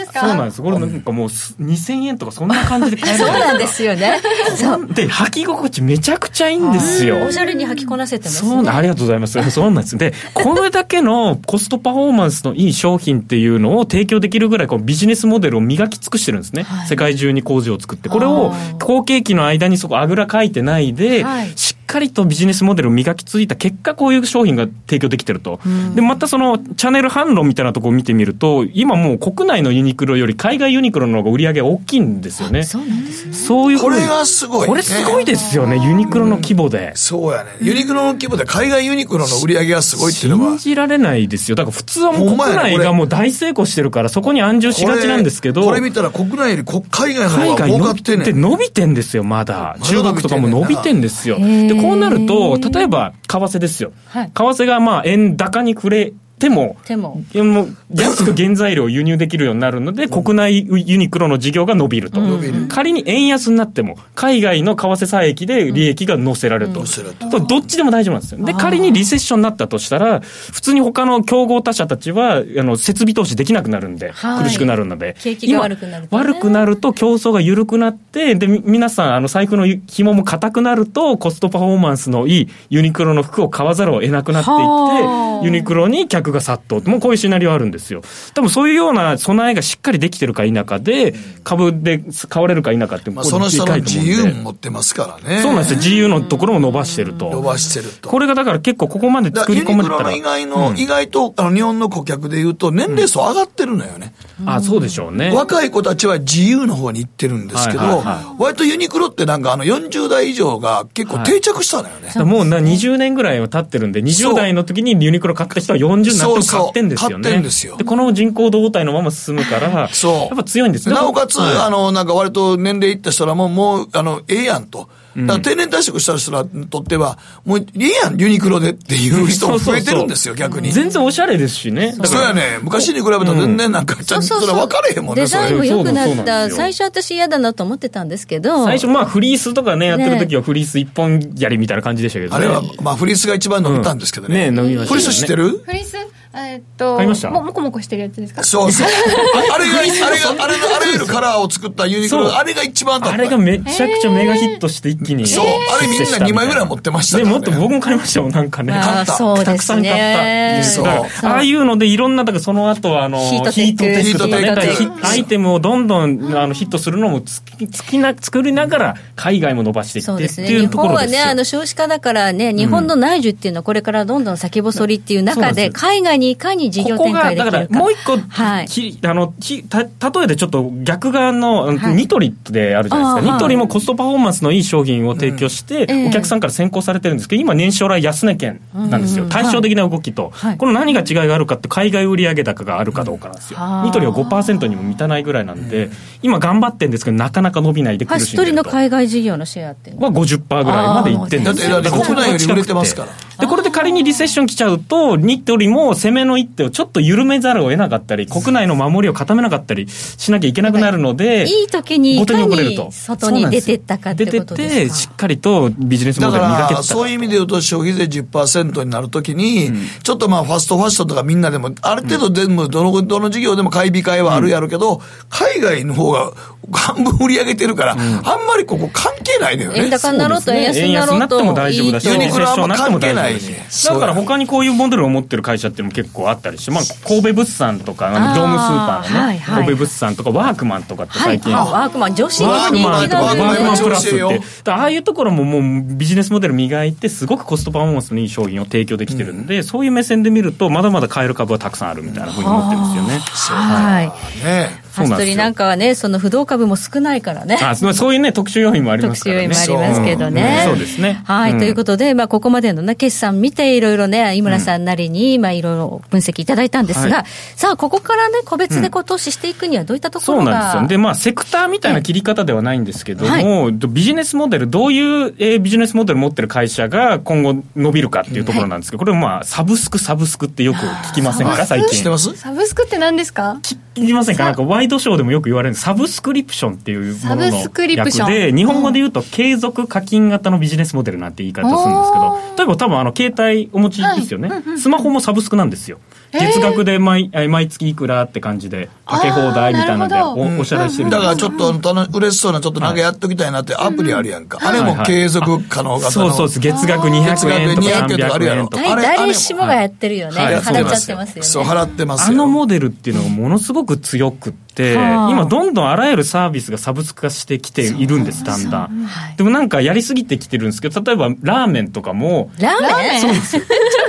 Speaker 4: んですこれなんかもうす2000円とか そんな感じで買える
Speaker 3: そうなんですすよね。そう。
Speaker 4: で履き心地めちゃくちゃいいんですよ
Speaker 3: おしゃれに履きこなせてますね。
Speaker 4: そうなありがとうございます。 そうなんです。で、これだけのコストパフォーマンスのいい商品っていうのを提供できるぐらい、こうビジネスモデルを磨き尽くしてるんですね。
Speaker 3: はい
Speaker 4: 世界中に工場を作って。これを
Speaker 3: あー
Speaker 4: 後継期の間にそこあぐらかいてないで、
Speaker 3: はい
Speaker 4: しっかりとビジネスモデルを磨きついた結果、こういう商品が提供できてると。で、またそのチャンネル販論みたいなところを見てみると、今もう国内のユニクロより海外ユニクロの方が売り上げ大きいんですよね。
Speaker 3: そうなんですね。
Speaker 4: そういうふ
Speaker 2: こ
Speaker 4: うに
Speaker 2: れがすごい、ね。
Speaker 4: これすごいですよね、ユニクロの規模で。
Speaker 2: そうやね。ユニクロの規模で海外ユニクロの売り上げがすごいっていうの
Speaker 4: 信
Speaker 2: は。
Speaker 4: じられないですよ。だから普通はもう
Speaker 2: ほん
Speaker 4: 国
Speaker 2: まやね
Speaker 4: 内
Speaker 2: これ
Speaker 4: がもう大成功してるから、そこに安住しがちなんですけど、
Speaker 2: これこれ見たら国内よりこ海外の
Speaker 4: 海
Speaker 2: 方が
Speaker 4: 外
Speaker 2: 儲
Speaker 4: 伸
Speaker 2: かっ
Speaker 4: び
Speaker 2: て
Speaker 4: て
Speaker 2: んねん
Speaker 4: 伸びてんですよ、まだ。
Speaker 2: まだ伸びてんね
Speaker 4: 中
Speaker 2: んな
Speaker 4: 国とかも伸びてんですよ。
Speaker 3: へー
Speaker 4: で、こうなると、例えば、為替ですよ。
Speaker 3: はい
Speaker 4: 為替がまあ、円高に触れ手も、
Speaker 3: 手も
Speaker 4: いやもう安く原材料を輸入できるようになるので、国内ユニクロの事業が伸びると。仮に円安になっても、海外の為替差益で利益が乗せられると。
Speaker 2: せられる
Speaker 4: これどっちでも大丈夫なんですよ。で、仮にリセッションになったとしたら、普通に他の競合他社たちは、あの、設備投資できなくなるんで、
Speaker 3: はい
Speaker 4: 苦しくなるので。
Speaker 3: 景気が悪くなると
Speaker 4: 今
Speaker 3: ね
Speaker 4: 悪くなると競争が緩くなって、で、み皆さん、あの、財布の紐も硬くなると、コストパフォーマンスのいいユニクロの服を買わざるを得なくなってい
Speaker 3: は
Speaker 4: っ
Speaker 3: あ
Speaker 4: て、ユニクロに客が殺到。もうこういうシナリオあるんですよ。多分そういうような備えがしっかりできてるか否かで、株で買われるか否かって、
Speaker 2: まあ、
Speaker 4: これ
Speaker 2: その人の
Speaker 4: でかいと
Speaker 2: 自
Speaker 4: 思うんで
Speaker 2: 由も持ってますからね。
Speaker 4: そうなんですよ。自由のところも伸ばしてると。
Speaker 2: 伸ばしてると。
Speaker 4: これがだから結構ここまで
Speaker 2: だか
Speaker 4: 作
Speaker 2: ら
Speaker 4: り
Speaker 2: ユニ
Speaker 4: 込まれ
Speaker 2: ク
Speaker 4: た
Speaker 2: ロの
Speaker 4: ら。
Speaker 2: 以外の、意外とあの日本の顧客で言うと、年齢層上がってるのよね、
Speaker 4: あ、そうでしょうね。
Speaker 2: 若い子たちは自由の方に行ってるんですけど、
Speaker 4: はいはいは
Speaker 2: 割とユニクロってなんか、あの40代以上が結構定着したのよね。
Speaker 4: もうな20年ぐらいは経ってるんで、20代の時にユニクロ買った人は40になっても買ってんですよね。
Speaker 2: そうそう買ってんですよ
Speaker 4: この人口動態のまま進むから、
Speaker 2: そう
Speaker 4: やっぱ強いんですね。
Speaker 2: なおかつ、
Speaker 4: はい
Speaker 2: あの、なんか割と年齢いった人らも、もう、あの、ええやんと。だから定年退職した人らにとっては、もう、ええやん、ユニクロでっていう人も増えてるんですよ、逆に。
Speaker 4: 全然おしゃれですしね。だ
Speaker 2: そう
Speaker 4: から
Speaker 2: やね。昔に比べたら全然なんか、ちゃんとそれ分かれへんもん
Speaker 3: デ
Speaker 2: ね、そ
Speaker 3: ザ
Speaker 2: れ
Speaker 3: イン。も良くな
Speaker 4: そうそうそうな
Speaker 3: った。
Speaker 4: んですよ
Speaker 3: 最初私嫌だなと思ってたんですけど。
Speaker 4: 最初まあフリースとかね、やってる時
Speaker 3: ね
Speaker 4: はフリース一本やりみたいな感じでしたけどね。
Speaker 2: あれは、まあ、フリースが一番伸びたんですけどね。
Speaker 4: ね飲みましたよね
Speaker 2: フリース知ってる
Speaker 1: フリースえーっと
Speaker 4: 買いました
Speaker 1: ももこもこしてるやつですか
Speaker 2: そうそう。 あれが、あれが、あれが、あらゆるカラーを作ったユニク
Speaker 4: そう
Speaker 2: ロ、あれが一番だった。
Speaker 4: あれがめちゃくちゃメガヒットして一気に。
Speaker 2: そうあれみんな2枚ぐらい持ってましたか
Speaker 4: ね。
Speaker 2: らね
Speaker 4: もっと僕も買いましたもん、なんかね。
Speaker 3: ああ、そう
Speaker 4: た
Speaker 3: で
Speaker 4: くさ
Speaker 3: す
Speaker 4: ん買った。
Speaker 3: ね。
Speaker 2: そう
Speaker 4: だからああいうので、いろんな、だからその後は、あの、
Speaker 3: ヒートテック
Speaker 4: ヒートテックとかね、
Speaker 2: ヒートテック
Speaker 4: だからアイテムをどんどん、あの、ヒットするのもつき、つきな、作りながら、海外も伸ばしてい
Speaker 3: そう
Speaker 4: って
Speaker 3: で
Speaker 4: って
Speaker 3: すね。
Speaker 4: い
Speaker 3: 日
Speaker 4: うとこ
Speaker 3: 本
Speaker 4: ろ
Speaker 3: は
Speaker 4: です
Speaker 3: ね、
Speaker 4: よ。
Speaker 3: あの少子化だからね、日本の内需っていうのはこれからどんどん先細りっていう中
Speaker 4: そうなん
Speaker 3: で、
Speaker 4: で
Speaker 3: 海外にいかに事業
Speaker 4: ここ
Speaker 3: 展
Speaker 4: が、
Speaker 3: 開でき
Speaker 4: だ
Speaker 3: る
Speaker 4: から
Speaker 3: か。、
Speaker 4: もう一個、
Speaker 3: はい
Speaker 4: きあの、きた、例えでちょっと逆側の、うん
Speaker 3: はい
Speaker 4: ニトリであるじゃないです
Speaker 3: あ
Speaker 4: か。
Speaker 3: あ
Speaker 4: ニトリもコストパフォーマンスのいい商品を提供して、
Speaker 3: ええ
Speaker 4: お客さんから先行されてるんですけど、今年初来安値圏なんですよ。対照的な動きと、
Speaker 3: はい
Speaker 4: この何が違いがあるかって、海外売上高があるかどうかなんですよ。
Speaker 3: はあ
Speaker 4: ニトリは5%にも満たないぐらいなんで、今頑張ってるんですけど、なかなか伸びないで苦
Speaker 3: はい
Speaker 4: しん
Speaker 3: 一
Speaker 4: でる
Speaker 3: 人
Speaker 4: と。
Speaker 3: の海外事業のシェアっていうのは
Speaker 4: は50%ぐらいまでいってるん
Speaker 2: だ
Speaker 4: で
Speaker 2: っ
Speaker 4: す
Speaker 2: て、
Speaker 4: よ
Speaker 2: だって国内より売れてますから。
Speaker 4: で、これで仮にリセッション来ちゃうと、ニトリも攻めの一手をちょっと緩めざるを得なかったり、国内の守りを固めなかったりしなきゃいけなくなるので、
Speaker 3: いい時にい
Speaker 4: 後手
Speaker 3: か
Speaker 4: 遅れると
Speaker 3: に外に出てったかってこと
Speaker 4: 出て
Speaker 3: で
Speaker 4: って、し
Speaker 3: すか。
Speaker 4: っかりとビジネスモ
Speaker 2: だ
Speaker 4: デ
Speaker 2: か
Speaker 4: ルを磨けてた
Speaker 2: ら、そういう意味で言うと、消費税10%になるときに、ちょっとまあ、ファストファッションとかみんなでも、ある程度全部、どの、どの事業でも買い控えはあるやろうけど、海外の方が半分売り上げてるから、あんまりここ関係ないのよ
Speaker 3: 円
Speaker 2: ね。
Speaker 3: 高になろうと
Speaker 4: そう
Speaker 3: 円
Speaker 4: です
Speaker 3: 安
Speaker 4: ね
Speaker 3: にな
Speaker 4: 円安に
Speaker 3: ろ
Speaker 4: な
Speaker 3: う
Speaker 4: っても
Speaker 3: と、
Speaker 4: 大丈
Speaker 3: い
Speaker 4: 夫
Speaker 3: い
Speaker 4: だし、
Speaker 2: ユニクロは
Speaker 4: セッションになっても大丈
Speaker 2: 関係
Speaker 4: 夫だ
Speaker 2: ないね
Speaker 4: しだから他にこういうモデルを持ってる会社っていうのも結構あったりして、まあ、神戸物産とか、あの
Speaker 3: あー
Speaker 4: 業務スーパーのね、
Speaker 3: はいはい
Speaker 4: 神戸物産とか、ワークマンとかって
Speaker 3: はい、
Speaker 4: 最近、
Speaker 3: あワークマン、女子に
Speaker 4: ワーク
Speaker 3: 人
Speaker 4: マン
Speaker 3: 気
Speaker 4: とか
Speaker 3: があ
Speaker 4: ワ
Speaker 3: るん
Speaker 4: ー
Speaker 3: で
Speaker 4: クマンプラスって、
Speaker 2: ワークマン
Speaker 4: だからああいうところももうビジネスモデル磨いて、すごくコストパフォーマンスのいい商品を提供できてるんで、そういう目線で見ると、まだまだ買える株はたくさんあるみたいなふうに思ってるんですよね。
Speaker 3: はい。
Speaker 2: ね
Speaker 4: そ
Speaker 3: フ
Speaker 4: う
Speaker 3: ァ
Speaker 4: な
Speaker 3: ス
Speaker 4: んで
Speaker 3: ト
Speaker 4: す
Speaker 3: リ
Speaker 4: よ
Speaker 3: ーなんかはね、その不動株も少ないからね。
Speaker 4: あそうそういうね、特殊要因もありま
Speaker 3: 特
Speaker 4: す
Speaker 3: 殊
Speaker 4: から
Speaker 3: 要
Speaker 4: ね。
Speaker 3: 因もありますけどね。
Speaker 4: そううんそうですね
Speaker 3: はい、
Speaker 4: うん
Speaker 3: ということで、まあ、ここまでのね、決算見て、いろいろね、井村さんなりに、まあ、いろいろ分析いただいたんですが、
Speaker 4: はい
Speaker 3: さあ、ここからね、個別でこう、投資していくには、どういったとこ
Speaker 4: そ
Speaker 3: ろ
Speaker 4: う
Speaker 3: が。
Speaker 4: なんですよ。で、まあ、セクターみたいな切り方ではないんですけども、
Speaker 3: は
Speaker 4: ビジネスモデル、どういう、えービジネスモデル持ってる会社が今後伸びるかっていうところなんですけど、これまあ、サブスク、サブスクってよく聞きませんか、最
Speaker 2: 知
Speaker 4: 近。
Speaker 2: ってます
Speaker 1: サブスクって何ですか
Speaker 4: 聞きませんかなんかワイドショーでもよく言われるんですサブスクリプションっていうもの
Speaker 1: サブスク
Speaker 4: の
Speaker 1: リプシ
Speaker 4: 略
Speaker 1: ョ
Speaker 4: で、
Speaker 1: ン
Speaker 4: 日本語で言うと継続課金型のビジネスモデルなんて言い方するんですけ
Speaker 1: お
Speaker 4: ど、
Speaker 1: ー
Speaker 4: 例えば多分あの携帯お持ちですよね。スマホもサブスクなんですよ。
Speaker 1: へー
Speaker 4: 月額で毎え毎月いくらって感じで、かけ放題みたいなので
Speaker 1: あーなるほど
Speaker 4: おお支払いしてるんで
Speaker 2: だか
Speaker 4: す
Speaker 2: らちょっと楽嬉しそうな、ちょっとなんかやっときたいなってアプリあるやんか。あれも継続可能型
Speaker 4: そ
Speaker 2: の。
Speaker 4: うそうです。月額
Speaker 2: 月
Speaker 4: 200
Speaker 2: 額
Speaker 4: 円とか
Speaker 2: 200円とかあるや
Speaker 4: 300
Speaker 2: ろ
Speaker 4: 円とか。
Speaker 3: 大
Speaker 2: あれあれも
Speaker 3: 誰しもがやってるよね。
Speaker 2: はい
Speaker 3: 払っちゃってますよね。
Speaker 2: そう、払ってます
Speaker 4: あ
Speaker 2: よ。
Speaker 4: のモデルっていうのがものすごく強くって、
Speaker 3: はあ
Speaker 4: 今どんどんあらゆるサービスがサブスク化してきているんです、だんだん。でもなんかやりすぎてきてるんですけど、例えばラーメンとかも、
Speaker 3: ラーメンちょっ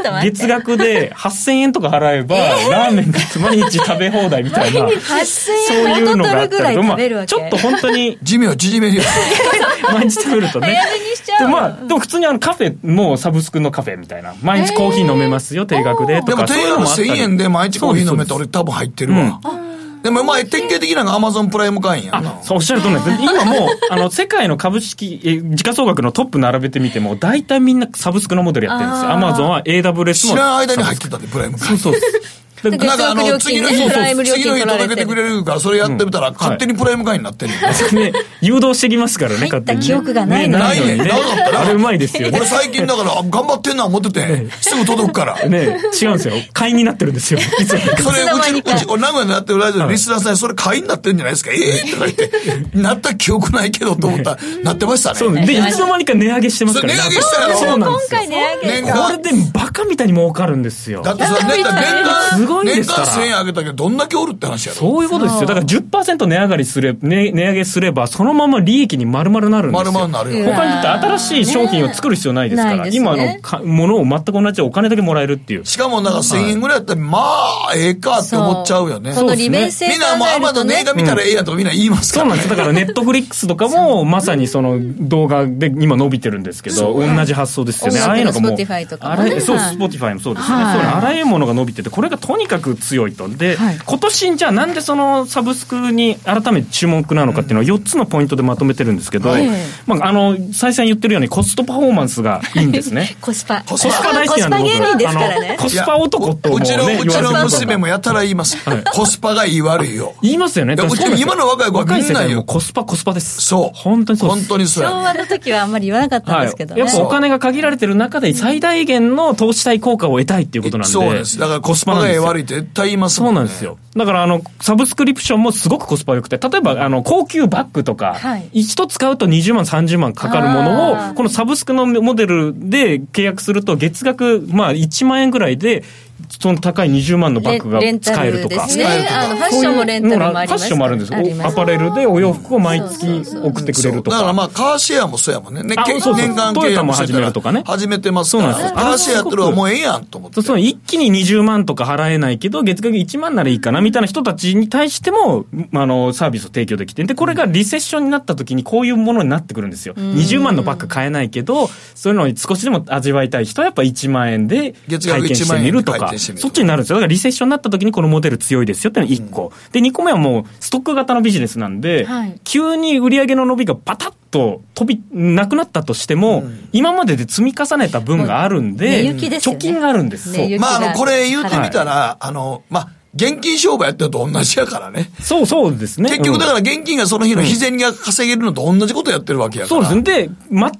Speaker 3: と待って。
Speaker 4: 月額で8000円とか払えば、ラーメンが毎日食べ放題み たいな。
Speaker 3: 8000
Speaker 4: そう
Speaker 3: 円
Speaker 4: いうのがあっ
Speaker 3: ぐ
Speaker 4: た
Speaker 3: ら
Speaker 4: り
Speaker 3: い
Speaker 4: とか、ま
Speaker 3: 食べるわ
Speaker 4: あ、
Speaker 3: け。
Speaker 4: ちょっと本当に
Speaker 2: 寿命縮 めるよ。
Speaker 4: 毎日食べる とね
Speaker 3: 早食いにしちゃう
Speaker 4: で,、まあ、でも普通にあのカフェもサブスクのカフェみたいな毎日コーヒー飲めますよ定額で
Speaker 2: で
Speaker 4: と
Speaker 2: も
Speaker 4: か
Speaker 2: 定
Speaker 4: そういうの
Speaker 2: 額
Speaker 4: もあったり
Speaker 2: 1000円で毎日コーヒー飲めて
Speaker 4: そう
Speaker 2: 俺
Speaker 4: です
Speaker 2: 多分入ってるわ。でもまあ、典型的なのがアマゾンプライム会員やな
Speaker 4: あ。そうおっしゃる通りですね。今もう、あの、世界の株式、え時価総額のトップ並べてみても、大体みんなサブスクのモデルやってるんですよ。アマゾンは AWS
Speaker 2: 知
Speaker 4: も。
Speaker 2: らん間に入ってたで、プライム会
Speaker 4: そう
Speaker 2: 員。
Speaker 4: そうです。 だか
Speaker 2: なんかあ
Speaker 3: 月額
Speaker 2: の、
Speaker 3: 料金
Speaker 2: 次の日、
Speaker 3: ねプライム料金
Speaker 2: 次の日
Speaker 3: 取られてる
Speaker 2: 届けてくれるから、それやってみたら、勝手にプライム会員になってるよね。
Speaker 4: ら、ね、誘導してきますからね、
Speaker 3: 入った
Speaker 4: 勝手にね
Speaker 3: 記憶がない
Speaker 4: ね
Speaker 3: の
Speaker 4: ないのにね
Speaker 2: ないねなかった。な
Speaker 4: あれうまいで すよね
Speaker 2: 俺。最近だから、あ頑張ってんな思ってて、すぐ届くから。それ、
Speaker 4: ね、違うんですよ。買いになってるんですよ。いつも
Speaker 2: うち、うち、俺名古屋になってるラジオのリスナーさんに、それ会員になってるんじゃないですか。ええとか言 って、なった記憶ないけどと思ったら、なってましたね。
Speaker 4: そうで、いつの間にか値上げしてますから
Speaker 2: それ値上げしたよ
Speaker 4: そうなんで
Speaker 3: 今
Speaker 4: すよ。
Speaker 3: 回値上げ
Speaker 2: 年
Speaker 4: これ
Speaker 2: 間
Speaker 4: でバカみたいに儲かるんですよ。
Speaker 2: だってさ、年間、年間、
Speaker 4: すごいんで
Speaker 2: 年
Speaker 4: す
Speaker 2: 間
Speaker 4: から
Speaker 2: 1000円上げたけど、どんだけおるって話やろ。
Speaker 4: そういうことですよ。だから10%値上がりすれ、ね、値上げすれば、そのまま利益に丸々なるんですよ。
Speaker 2: 丸々なるよ。
Speaker 4: 他にだって新しい商品を作る必要ないですから、
Speaker 3: ないですね
Speaker 4: 今のかものを全く同じでお金だけもらえるっていう。
Speaker 2: しかもなんか1000円ぐらいやったら、まあ、ええかって思っちゃうよね。
Speaker 3: この利便性考
Speaker 2: みんなもうア
Speaker 3: え
Speaker 2: マ
Speaker 3: る
Speaker 2: ゾ
Speaker 3: と
Speaker 2: ンの
Speaker 3: ね
Speaker 2: 映画見たらええやんとかみんな言いますか
Speaker 4: そう
Speaker 2: ら
Speaker 4: なん
Speaker 2: ね
Speaker 4: です。だからネットフリックスとかも、まさにその動画で今伸びてるんですけど、同じ発想ですよね。
Speaker 3: 音楽の
Speaker 4: ああいうのがもう
Speaker 3: Spotify と、かも
Speaker 4: あらゆ
Speaker 3: ね
Speaker 4: そう、
Speaker 3: はい
Speaker 4: スポティファイもそうですね。
Speaker 3: はい
Speaker 4: そういうのあらゆるものが伸びてて、これがとにかく強いと。で、
Speaker 3: はい
Speaker 4: 今年じゃあなんでそのサブスクに改めて注目なのかっていうのは4つのポイントでまとめてるんですけど、
Speaker 2: はい
Speaker 4: まあ、あの、再三言ってるようにコストパフォーマンスがいいんですね。
Speaker 3: コスパ。
Speaker 2: コ
Speaker 4: コスパ大好きなんで
Speaker 3: コス
Speaker 4: 僕
Speaker 3: パ芸人ですからね
Speaker 4: あのコスパ男とも
Speaker 2: う
Speaker 4: ね
Speaker 2: ちの、うち
Speaker 4: 言われ
Speaker 2: の
Speaker 4: てます
Speaker 2: 娘もやたら言います。コスパがいい悪いよ。
Speaker 4: 言いますよね。
Speaker 2: いや
Speaker 4: 確かに
Speaker 2: うち今の若い子はみんな
Speaker 4: 若世代
Speaker 2: 言う
Speaker 4: もコスパコスパです。
Speaker 2: そう。
Speaker 4: 本当にそうで
Speaker 2: 本
Speaker 4: す。
Speaker 2: 当にそう
Speaker 3: 昭
Speaker 2: やね。
Speaker 3: 和の時はあんまり言わなかったんですけどね。
Speaker 4: やっぱお金が限られてる中で最大限の投資対効果を得たいっていうことなんで。
Speaker 2: そうです。だからコスパがええ悪いって絶対言います
Speaker 4: そ
Speaker 2: も
Speaker 4: うん
Speaker 2: ね。
Speaker 4: なんですよ。だから、あの、サブスクリプションもすごくコスパ良くて、例えば、あの、高級バッグとか
Speaker 3: はい、
Speaker 4: 一、度使うと20万、30万かかるもの
Speaker 3: あー
Speaker 4: を、このサブスクのモデルで契約すると、月額、まあ、1万円ぐらいで、その高い20万のバッグが
Speaker 3: レン
Speaker 4: 使えると
Speaker 3: レ
Speaker 4: か。
Speaker 3: ンタルですね
Speaker 2: 使えるとか
Speaker 3: あのファッションもレンタルもあります
Speaker 4: ファッションもあるんです
Speaker 3: あります
Speaker 4: アパレルでお洋服を毎月送ってくれると
Speaker 2: だから
Speaker 4: か。
Speaker 2: まあ、カーシェアもそうやもんね。ね
Speaker 4: あ
Speaker 2: け
Speaker 4: そうそう
Speaker 2: 年間
Speaker 4: ト
Speaker 2: 契
Speaker 4: ヨタ
Speaker 2: 約
Speaker 4: も
Speaker 2: して
Speaker 4: 始
Speaker 2: た
Speaker 4: め
Speaker 2: ら
Speaker 4: るとかね
Speaker 2: 始めてますか
Speaker 4: そうなん
Speaker 2: ら。
Speaker 4: ですよ
Speaker 2: カーシェアやってるはもうええやんと思って。
Speaker 4: そうその一気に20万とか払えないけど、月額1万ならいいかなみたいな人たちに対しても、まああの、サービスを提供できて、で、これがリセッションになった時にこういうものになってくるんですよ。20万のバッグ買えないけど、そういうのに少しでも味わいたい人はやっぱ1万円で
Speaker 2: 月
Speaker 4: 体
Speaker 2: 額
Speaker 4: 験してみると
Speaker 2: 1万円で体
Speaker 4: か、
Speaker 2: 験してみる
Speaker 4: そっちになるんですよ。だからリセッションになった時にこのモデル強いですよっていうのが1個。で、2個目はもうストック型のビジネスなんで、
Speaker 3: はい
Speaker 4: 急に売り上げの伸びがバタッと飛び、なくなったとしても、今までで積み重ねた分があるんで、
Speaker 3: 値行きですよ
Speaker 4: 貯
Speaker 3: ね
Speaker 4: 金があるんです。
Speaker 3: 値
Speaker 4: そう
Speaker 3: 行き
Speaker 2: まあ、あの、これ言うてみたら、あの、まあ、現金商売やってると同じやからね。
Speaker 4: そうそうですね。、
Speaker 2: 結局だからら現金がその日の日銭が稼げるのと同じことやってるわけやか
Speaker 4: そう
Speaker 2: ら。
Speaker 4: ですね。で、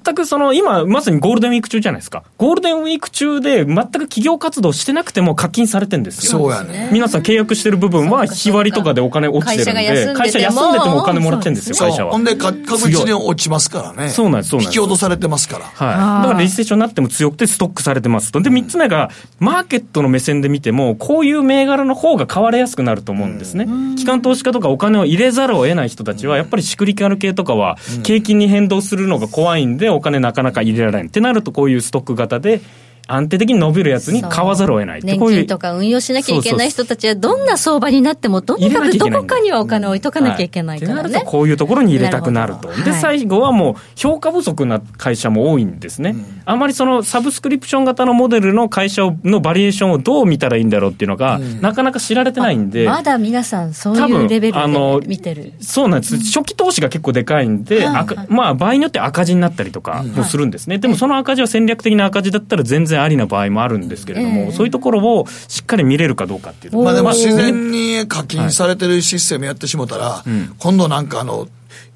Speaker 4: 全くその、今、まさにゴールデンウィーク中じゃないですか。ゴールデンウィーク中で、全く企業活動してなくても課金されてんですよ。
Speaker 2: そうやね。
Speaker 4: 皆さん契約してる部分は日割りとかでお金落ちてるんで、会
Speaker 3: 会
Speaker 4: 社
Speaker 3: 社
Speaker 4: 休
Speaker 3: が休んでても
Speaker 4: んでてもお金もらってるんですよ、
Speaker 2: そ
Speaker 4: 会
Speaker 2: う。
Speaker 4: 社は
Speaker 2: ほん。で、か確実に落ちますからね。
Speaker 4: そうなんですそうなんで
Speaker 2: 引
Speaker 4: す
Speaker 2: き落とされてますから。
Speaker 4: はい。だからリセッションになっても強くてストックされてますと。で、3つ目が、マーケットの目線で見ても、こういう銘柄の方が買われやすくなると思うんですね。機関投資家とかお金を入れざるを得ない人たちは、やっぱりシクリカル系とかは、景気に変動するのが怖いんで、お金なかなか入れられない。ってなると、こういうストック型で、安定的に伸びるやつに買わざるを得ない。って
Speaker 3: 年
Speaker 4: こういう
Speaker 3: 金とか運用しなきゃいけない人たちは、どんな相場になっても、とにかくどこかにはお金を置いとかなきゃいけないから
Speaker 4: は
Speaker 3: ね。
Speaker 4: ってなるとこういうところに入れたくなると。
Speaker 3: なるほど
Speaker 4: で、
Speaker 3: はい
Speaker 4: 最後はもう評価不足な会社も多いんですね。あまりそのサブスクリプション型のモデルの会社をのバリエーションをどう見たらいいんだろうっていうのが、なかなか知られてないんで。
Speaker 3: まだ皆さん、そう
Speaker 4: 多
Speaker 3: いう
Speaker 4: 分
Speaker 3: レベル
Speaker 4: あの
Speaker 3: で見てる。
Speaker 4: そうなんです、初期投資が結構でかいんで、
Speaker 3: はい
Speaker 4: 赤まあ、場合によって赤字になったりとかもするんですね、でもその赤字は戦略的な赤字だったら全然ありな場合もあるんですけれども、
Speaker 3: ええ
Speaker 4: そういうところをしっかり見れるかどうかっていうところ
Speaker 2: まあでも自然に課金されてるシステムやってしもたら、今度なんかあの、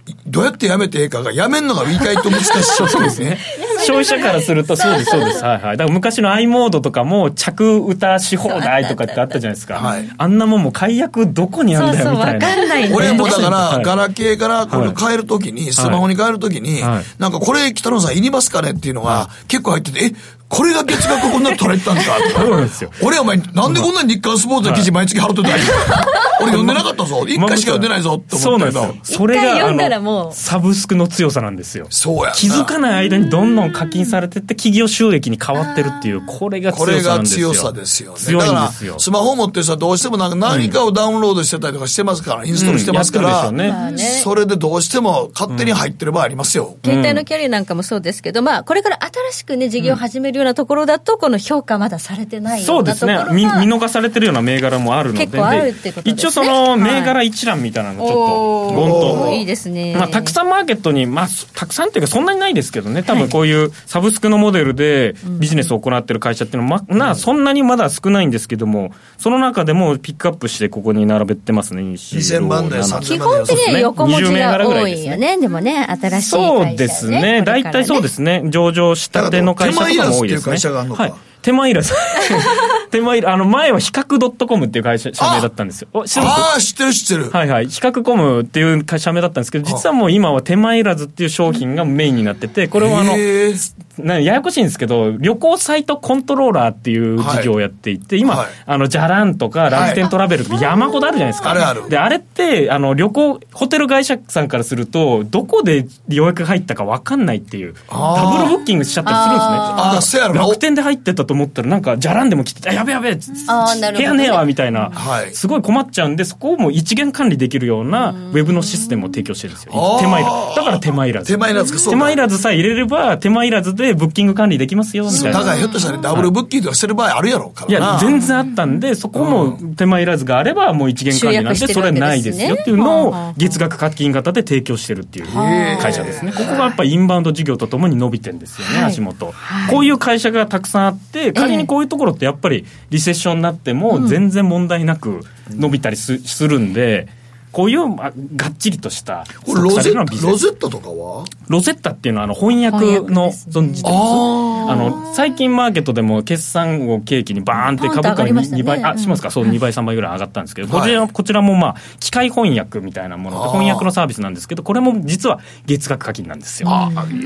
Speaker 2: いどうやってやめてええかが、やめんのが意外と難しい。そうですね。
Speaker 4: 消費者からすると、そうです、そうです。はいはい。だから昔の i モードとかも、着歌し放題とかってあったじゃないですか。
Speaker 2: はい
Speaker 4: あんなもんもう解約どこにあんだよみたい
Speaker 3: そ
Speaker 4: な。
Speaker 3: うそうわかんないね
Speaker 2: 俺もだから、ガ
Speaker 4: ら、
Speaker 2: ラケーからこれを変えるときに、スマホに変えるときに
Speaker 4: はい、
Speaker 2: なんかこれ北野さんいりますかねっていうのが結構入ってて、え、これが月額こんなに取れてたんかと
Speaker 4: そうなん
Speaker 2: か。
Speaker 4: ですよ。
Speaker 2: 俺お前、なんでこんな日刊スポーツの記事毎月貼ってたんや。俺読んでなかったぞ。一回しか読んでないぞって
Speaker 4: そ
Speaker 2: 思
Speaker 4: う
Speaker 2: っ
Speaker 4: な
Speaker 2: た
Speaker 4: ん
Speaker 2: け
Speaker 4: ですよ
Speaker 2: ど。。
Speaker 4: それが、
Speaker 3: 一回読んだら
Speaker 4: あの
Speaker 3: もう
Speaker 4: サブスクの強さなんですよ。
Speaker 2: そうやんな。
Speaker 4: 気づかない間にどんどん課金されてって企業収益に変わってるっていう、これが
Speaker 2: こ
Speaker 4: 強
Speaker 2: れ
Speaker 4: さな
Speaker 2: が
Speaker 4: んですよ。
Speaker 2: 強さですよね。
Speaker 4: 強いん
Speaker 2: だ
Speaker 4: です
Speaker 2: か
Speaker 4: よ
Speaker 2: ら、。スマホ持ってる人はどうしてもなんか何かをダウンロードしてたりとかしてますから、インストールしてますか
Speaker 4: う
Speaker 2: ら、
Speaker 4: んやってるでしょうねまあ
Speaker 3: ね
Speaker 2: それでどうしても勝手に入ってる場合ありますよ。
Speaker 3: 携帯のキャリアなんかもそうですけど、まあ、これから新しくね、事業を始めるようなところだと、この評価まだされてないよ
Speaker 4: そううで
Speaker 3: なと
Speaker 4: す
Speaker 3: ころ
Speaker 4: ね
Speaker 3: が
Speaker 4: 見見逃されてるような銘柄もあるので
Speaker 3: 結構あるってことです
Speaker 4: 一
Speaker 3: よね
Speaker 4: 応その銘柄一覧みたいなのちょっとゴン
Speaker 3: お
Speaker 4: と
Speaker 3: ーいいですね。
Speaker 4: まあ、たくさんマーケットに、まあ、そたくさんっていうかそんなにないですけどね、多分こういうサブスクのモデルでビジネスを行ってる会社っていうのは、ま、な、そんなにまだ少ないんですけども、その中でもピックアップしてここに並べてますね、
Speaker 2: 2000万台
Speaker 4: 27
Speaker 2: 3000
Speaker 3: 基
Speaker 2: 万
Speaker 3: 本
Speaker 2: 台
Speaker 3: 的
Speaker 2: 予
Speaker 3: には横文字が多い
Speaker 4: そうですね20銘柄ぐら
Speaker 3: よ
Speaker 4: いで
Speaker 3: ね。でもね、新しい会社、ね。。
Speaker 4: そうですね。大体そうですすね。上場したての会社とかも多いです
Speaker 2: 手間いらずっていう
Speaker 4: ね。
Speaker 2: 会社があんのか
Speaker 4: はい。手間 いらず。手間いら、あの、前は比較 .com っていう会社、社名だったんですよ。お知ってます
Speaker 2: ああ、知ってる知ってる。
Speaker 4: はいはい。比較コムっていう会社名だったんですけど、実はもう今は手前いらずっていう商品がメインになってて、これはあの、
Speaker 2: へー
Speaker 4: なややこしいんですけど、旅行サイトコントローラーっていう事業をやっていて、今、
Speaker 2: はい
Speaker 4: あの、じゃらんとか、楽天トラベルとか、山ほどあるじゃないですか。
Speaker 2: あるある
Speaker 4: で、あれって、あの、旅行、ホテル会社さんからすると、どこで予約入ったかわかんないっていう、
Speaker 2: あー
Speaker 4: ダブルブッキングしちゃったりするんですね。
Speaker 2: あーそうやろな
Speaker 4: 楽天で入ってたと思ったら、なんか、じゃらんでも来てて、あやべやべ、
Speaker 3: あーなるほどね
Speaker 4: 部屋ねえわ、みたいな、
Speaker 2: はい
Speaker 4: すごい困っちゃうんで、そこをもう一元管理できるようなウェブのシステムを提供してるんですよ
Speaker 2: あー。
Speaker 4: 手前らだから手前いらず。
Speaker 2: 手間いらずかそう
Speaker 4: 手
Speaker 2: か
Speaker 4: 間いらずさえ入れれば、手間いらずでブッキング管理できますよ、みたい
Speaker 2: だか
Speaker 4: な。
Speaker 2: らひょっとしたらダブルブッキングとかしてる場合あるやろうか
Speaker 4: い
Speaker 2: らな。
Speaker 4: や、全然あったんで、そこも手間いらずがあれば、もう一元管理なん
Speaker 3: 集約してる
Speaker 4: で、それはないですよっていうの
Speaker 3: わけですね
Speaker 4: を、月額課金型で提供してるっていう会社ですね。ここがやっぱインバウンド事業とともに伸びてんですよね、
Speaker 3: はい
Speaker 4: 足元。こういう会社がたくさんあって、仮にこういうところってやっぱりリセッションになっても、全然問題なく伸びたりすするんで、こういう、まあがっちりとした、
Speaker 2: これロ
Speaker 4: さ
Speaker 2: ゼ
Speaker 4: れる
Speaker 2: ッ
Speaker 4: のはビジ
Speaker 2: タ
Speaker 4: ネ
Speaker 2: ロ
Speaker 4: ス
Speaker 2: ゼッタとかは
Speaker 4: ロゼッタっていうのはあの翻
Speaker 3: 翻
Speaker 4: 訳
Speaker 3: 訳で
Speaker 4: の
Speaker 3: すね
Speaker 4: 存じてますあの最近マーケットでも決算を契機にバーンって株
Speaker 3: ポンと上
Speaker 4: 価
Speaker 3: がり
Speaker 4: に
Speaker 3: ましたね
Speaker 4: 2倍
Speaker 3: う
Speaker 4: あ
Speaker 3: ん
Speaker 4: しますかそう2倍3倍ぐらい上がったんですけどこち
Speaker 2: は
Speaker 4: ら
Speaker 2: い
Speaker 4: こちらもまあ機械翻訳みたいなもの
Speaker 2: あ
Speaker 4: で
Speaker 2: ー
Speaker 4: 翻訳のサービスなんですけどこれも実は月額課金なんですよ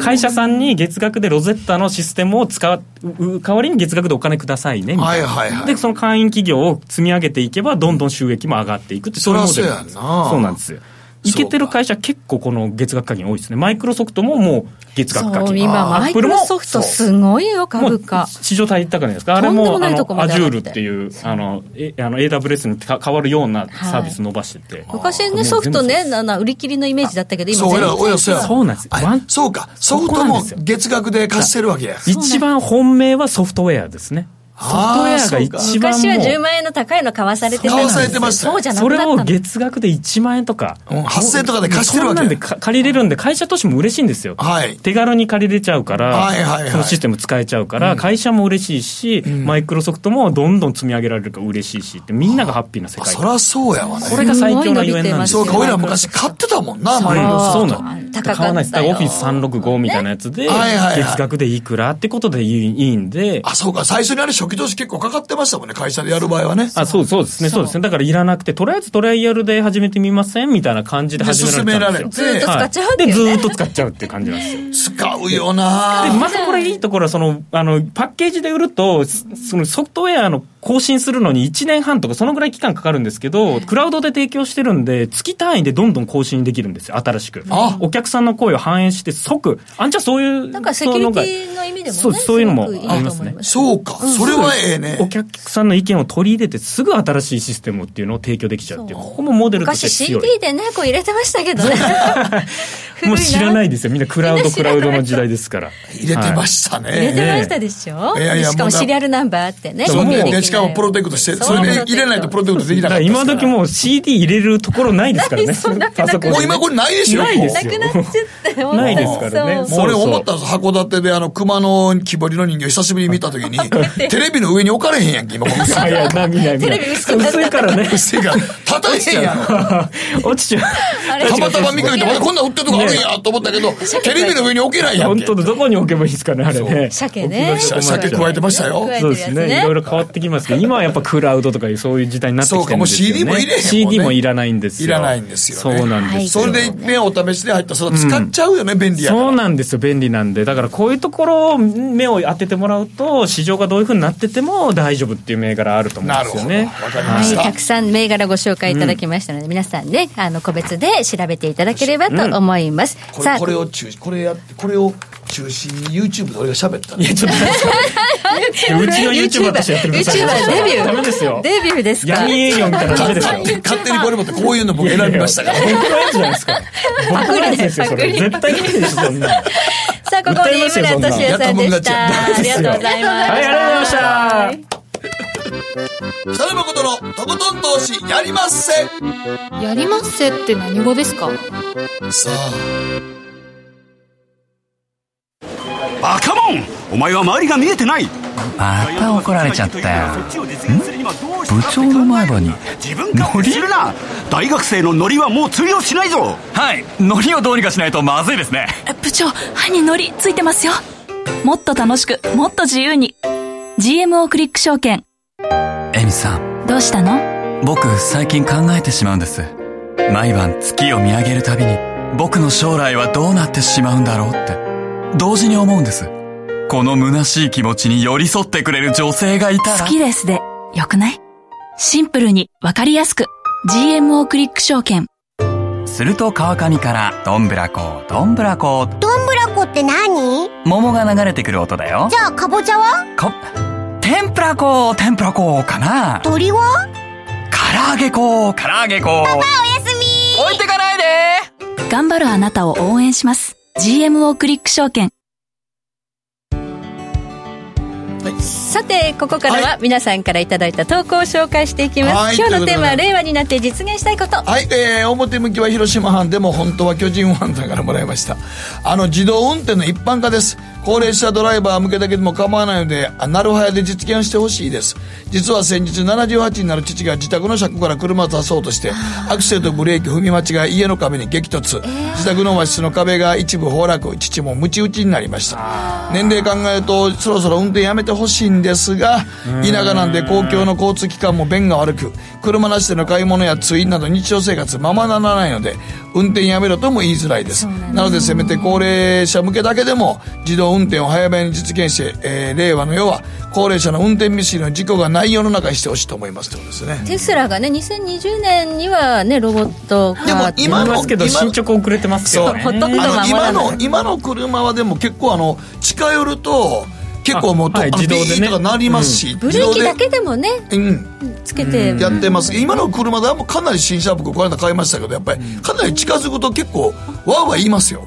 Speaker 4: 会社さんに月額でロゼッタのシステムを使うう代わりに月額でお金くださいねみた
Speaker 2: はいい
Speaker 4: な
Speaker 2: はいはい
Speaker 4: で。その会員企業を積み上げていけばどんどん収益も上がっていくってそういうモデルなんです
Speaker 2: そりゃそうやんな
Speaker 4: そうなんですよいけてる会社結構この月額課金多いですねマイクロソフトももう月額課
Speaker 3: そう、
Speaker 4: 金
Speaker 3: 今、
Speaker 4: ア
Speaker 3: マ
Speaker 4: ッ
Speaker 3: イ
Speaker 4: プ
Speaker 3: ク
Speaker 4: ルも
Speaker 3: ロソフトすごいよ、株
Speaker 4: も
Speaker 3: 価
Speaker 4: う。市場対高くないですかあれ
Speaker 3: とんでも
Speaker 4: も
Speaker 3: な
Speaker 4: あ
Speaker 3: い
Speaker 4: の
Speaker 3: とこまで
Speaker 4: Azure
Speaker 3: 上がって
Speaker 4: っていうあのえあの AWS にか変わるようなサービス伸ばしてて、
Speaker 3: 昔
Speaker 4: も
Speaker 3: ね、
Speaker 4: う
Speaker 3: ソフト
Speaker 4: 全
Speaker 3: ね、
Speaker 4: 部
Speaker 3: なな売り切りのイメージだったけど、今
Speaker 2: そう、
Speaker 3: 全
Speaker 2: 俺
Speaker 3: 然
Speaker 2: ら、俺らそうや
Speaker 4: そうなんですよ
Speaker 2: あ
Speaker 4: ワン
Speaker 2: そうか、ソフ
Speaker 4: そ
Speaker 2: ト
Speaker 4: こなん
Speaker 2: も
Speaker 4: ですよ
Speaker 2: 月額で貸してるわけや。
Speaker 4: 一番本命はソフトウェアですねソフトウェアが
Speaker 2: あー
Speaker 4: 一番
Speaker 3: 昔は10
Speaker 4: も
Speaker 3: 万円の高いの買わされてたの
Speaker 2: 買わされてましたよ
Speaker 3: そうじゃ
Speaker 4: う
Speaker 3: な
Speaker 4: そ
Speaker 3: くな
Speaker 4: れ
Speaker 3: った
Speaker 4: を
Speaker 3: の
Speaker 4: 月額で1万円とか
Speaker 2: うん8000円とかで貸してるわけ
Speaker 4: こんなんでか借りれるんで会社としても嬉しいんですよ
Speaker 2: はい。
Speaker 4: 手軽に借りれちゃうから、
Speaker 2: はいはいはい
Speaker 4: そのシステム使えちゃうから、会社も嬉しいし、マイクロソフトもどんどん積み上げられるから嬉しいしって、みんながハッピーな世
Speaker 2: あ
Speaker 4: 界
Speaker 2: そりゃそうやわね。
Speaker 4: これが最強なゆえんなんです
Speaker 2: そ
Speaker 4: よ
Speaker 2: うか、俺ら昔買ってたもんな、マイクロソフト
Speaker 4: そうなの。
Speaker 3: 高かったよ
Speaker 4: 買わないです。だからオフィス365みたいなやつで、
Speaker 2: はいはいはい
Speaker 4: 月額でいくらってことでいいいいんで、
Speaker 2: あ、そうか、最初にあれ初期投資結構かかってましたもんね、会社でやる場合はね。
Speaker 4: あ、そう、そうですね、そうですね。だからいらなくて、とりあえずトライアルで始めてみませんみたいな感じで始められたんですよ。
Speaker 2: で進められてずーっと
Speaker 3: 使っちゃうっていうね
Speaker 4: はいで、ずーっと使っちゃうっていう感じなんですよ。
Speaker 2: 使うよな
Speaker 4: で、またこれいいところは、その、あの、パッケージで売ると、すそのソフトウェアの更新するのに1年半とか、そのぐらい期間かかるんですけど、クラウドで提供してるんで、月単位でどんどん更新できるんですよ、新しく
Speaker 2: あ。
Speaker 4: お客さんの声を反映して即、あんちゃんそういう、
Speaker 3: なんかセキュリティの意味でもね、
Speaker 4: そうそういうのも
Speaker 3: すごくいい
Speaker 4: あ
Speaker 3: と
Speaker 4: り
Speaker 3: 思
Speaker 4: ます
Speaker 3: い
Speaker 4: ね
Speaker 3: ま。す。
Speaker 2: そうか、それはええね。
Speaker 4: お客さんの意見を取り入れてすぐ新しいシステムっていうのを提供できちゃうっていう、ここもモデルとして
Speaker 3: 昔
Speaker 4: 強い。
Speaker 3: CD でね、こう入れてましたけど ね。。
Speaker 4: もう知らないですすよ。みんなクラウド、クラウドの時代ですから。
Speaker 2: 入れてましたね。
Speaker 3: 入れてましたでしょ、
Speaker 2: ねいやいや
Speaker 3: しか
Speaker 2: もう
Speaker 3: も
Speaker 2: だ
Speaker 3: シリアルナンバーってね。
Speaker 4: そう
Speaker 3: コピーできない
Speaker 2: ね、しかもプロテクトして、そうれで入れないとプロテクトできな
Speaker 4: だ
Speaker 2: か
Speaker 4: か
Speaker 2: っ
Speaker 4: ら
Speaker 2: たですから。
Speaker 4: 今時もう CD 入れるところないですからね。
Speaker 3: ないそんな
Speaker 4: パソコンで
Speaker 2: もう今これないでしょ
Speaker 4: ないです
Speaker 3: な
Speaker 4: よ
Speaker 3: くなっちゃったよ。
Speaker 4: ないですからね
Speaker 3: そう
Speaker 2: もう俺思ったんです函館であの、熊の木彫りの人形久しぶりに見たときに、 テレビの上に置かれへんやんけ、今この薄い
Speaker 4: あいや、な、見ない、見ない。
Speaker 3: レビ
Speaker 4: 薄
Speaker 3: 薄くなった
Speaker 4: いからね。
Speaker 2: 薄いから、叩いへんやん。
Speaker 4: 落ちちゃ
Speaker 3: あれ
Speaker 4: う。
Speaker 2: たまたま見かけて、俺こんなん売ってるとこあるんやと思ったけど、テレビの上に置けないやん
Speaker 4: 本
Speaker 2: け。
Speaker 4: 当だ、どこに置けばいいですかね、あれね。
Speaker 3: 鮭ね。
Speaker 2: 鮭鮭加えてましたよ
Speaker 3: 加えて
Speaker 4: そ
Speaker 3: る
Speaker 4: う
Speaker 3: や
Speaker 4: で
Speaker 3: つ
Speaker 4: すね。いろいろ変わってきますけど、今はやっぱクラウドとかいうそういう時代になってきてるんですよ、
Speaker 2: そ
Speaker 4: ね。
Speaker 2: うかもう CD も入れへんもんね
Speaker 4: CD もいらないんですよ。
Speaker 2: いらないんですよね
Speaker 4: そうなんですよ。
Speaker 2: それで一遍お試しで入ったら、それは使っちゃうよね、便利やから。
Speaker 4: そうなんですよ、便利なんで。だからこういうところを目を当ててもらうと、市場がどういうふうになってても大丈夫っていう銘柄あると思うん
Speaker 2: な
Speaker 4: で
Speaker 2: る
Speaker 4: すよ
Speaker 2: ほど。
Speaker 4: ね
Speaker 2: わ。かり
Speaker 3: は
Speaker 2: ま
Speaker 3: い、
Speaker 2: した。
Speaker 3: たくさん銘柄ご紹介いただきましたので、皆さんね、あの、個別で調べていただければと思います。
Speaker 2: こ
Speaker 3: さ
Speaker 2: れ
Speaker 3: あ、
Speaker 2: これを中これやってこれを中心に YouTube で俺が喋った
Speaker 4: い
Speaker 2: ね
Speaker 4: や、ちょっと待って。うちの YouTuber としてやってください。
Speaker 3: YouTuber デビュー
Speaker 4: ダメですよ。
Speaker 3: デビューですか
Speaker 4: 闇営業みたいなダメですよ。
Speaker 2: 勝手にこれ持ってこういうの僕 選びましたから
Speaker 4: いやいや僕のやつじゃないですか。僕のやつですよ、それ。絶対ダメでしょ、そんな。はい、
Speaker 3: さあ、ここで井村俊也さんでした。あ
Speaker 2: 歌いますよそんな
Speaker 3: りがとうございました。
Speaker 4: ありがとうございました。
Speaker 2: 北野誠のとことん投資やりまっせ
Speaker 1: やりまっせって何語ですか
Speaker 2: さあ
Speaker 7: バカモンお前は周りが見えてない
Speaker 8: また怒られちゃったよ部長の前歯に
Speaker 7: 自分勝手にするな大学生のノリはもう通用しないぞ
Speaker 8: はいノリをどうにかしないとまずいですね
Speaker 6: 部長歯にのりついてますよもっと楽しくもっと自由に GMO クリック証券
Speaker 8: エミさん
Speaker 6: どうしたの
Speaker 8: 僕最近考えてしまうんです毎晩月を見上げるたびに僕の将来はどうなってしまうんだろうって同時に思うんですこの虚しい気持ちに寄り添ってくれる女性がいたら
Speaker 6: 好きですでよくないシンプルにわかりやすく GMO クリック証券
Speaker 8: すると川上からどんぶらこどんぶらこ
Speaker 9: どんぶらこって何
Speaker 8: 桃が流れてくる音だよ
Speaker 9: じゃあかぼちゃは
Speaker 8: こ天ぷらこ天ぷらこかな唐
Speaker 9: 鳥は
Speaker 8: 揚げこ唐揚げこ
Speaker 9: おやすみ
Speaker 8: 置いてかないで
Speaker 6: 頑張るあなたを応援します GMO クリック証券
Speaker 3: さてここから
Speaker 2: は
Speaker 3: は皆さんからいただいた投稿を紹介していきます、
Speaker 2: はい
Speaker 3: 今日のテーマ
Speaker 2: ということ
Speaker 3: は
Speaker 2: で
Speaker 3: 令和になって実現したいこと
Speaker 2: はい、えー、表向きは広島藩でも本当は巨人ファンだからもらいましたあの自動運転の一般化です高齢者ドライバー向けだけでも構わないのであなるはやで実現してほしいです実は先日78になる父が自宅の車庫から車を出そうとしてアクセルとブレーキ踏み間違い家の壁に激突、自宅の和室の壁が一部崩落父もムチ打ちになりました年齢考えるとそろそろ運転やめてほしいんですが田舎なんで公共の交通機関も便が悪く車なしでの買い物や通院など日常生活ままならないので運転やめろとも言いづらいですなのでせめて高齢者向けだけでも自動運転を早めに実現して、えー令和の世は高齢者の運転未遂の事故がない世の中にしてほしいと思いますということですね
Speaker 3: テスラがね2020年にはねロボットが
Speaker 2: でも
Speaker 4: 今
Speaker 2: 今の
Speaker 4: ますけど
Speaker 2: 今の
Speaker 4: 進捗遅れてますけどね
Speaker 3: そうほっとくの
Speaker 2: あ
Speaker 3: ま
Speaker 2: の
Speaker 3: あ
Speaker 2: 今
Speaker 3: ま
Speaker 2: の
Speaker 3: だ
Speaker 2: 今の車はでも結構あの近寄ると結構もうとあ、
Speaker 4: あはい
Speaker 2: の
Speaker 4: 自動でね
Speaker 2: ビーとかなりますし、
Speaker 3: ブレーキだけ
Speaker 2: 自
Speaker 3: でもね
Speaker 2: 動でうん
Speaker 3: つけて
Speaker 2: やってます今の車ではもうかなり新車僕この間買いましたけどやっぱりかなり近づくと結構わーわー言いますよ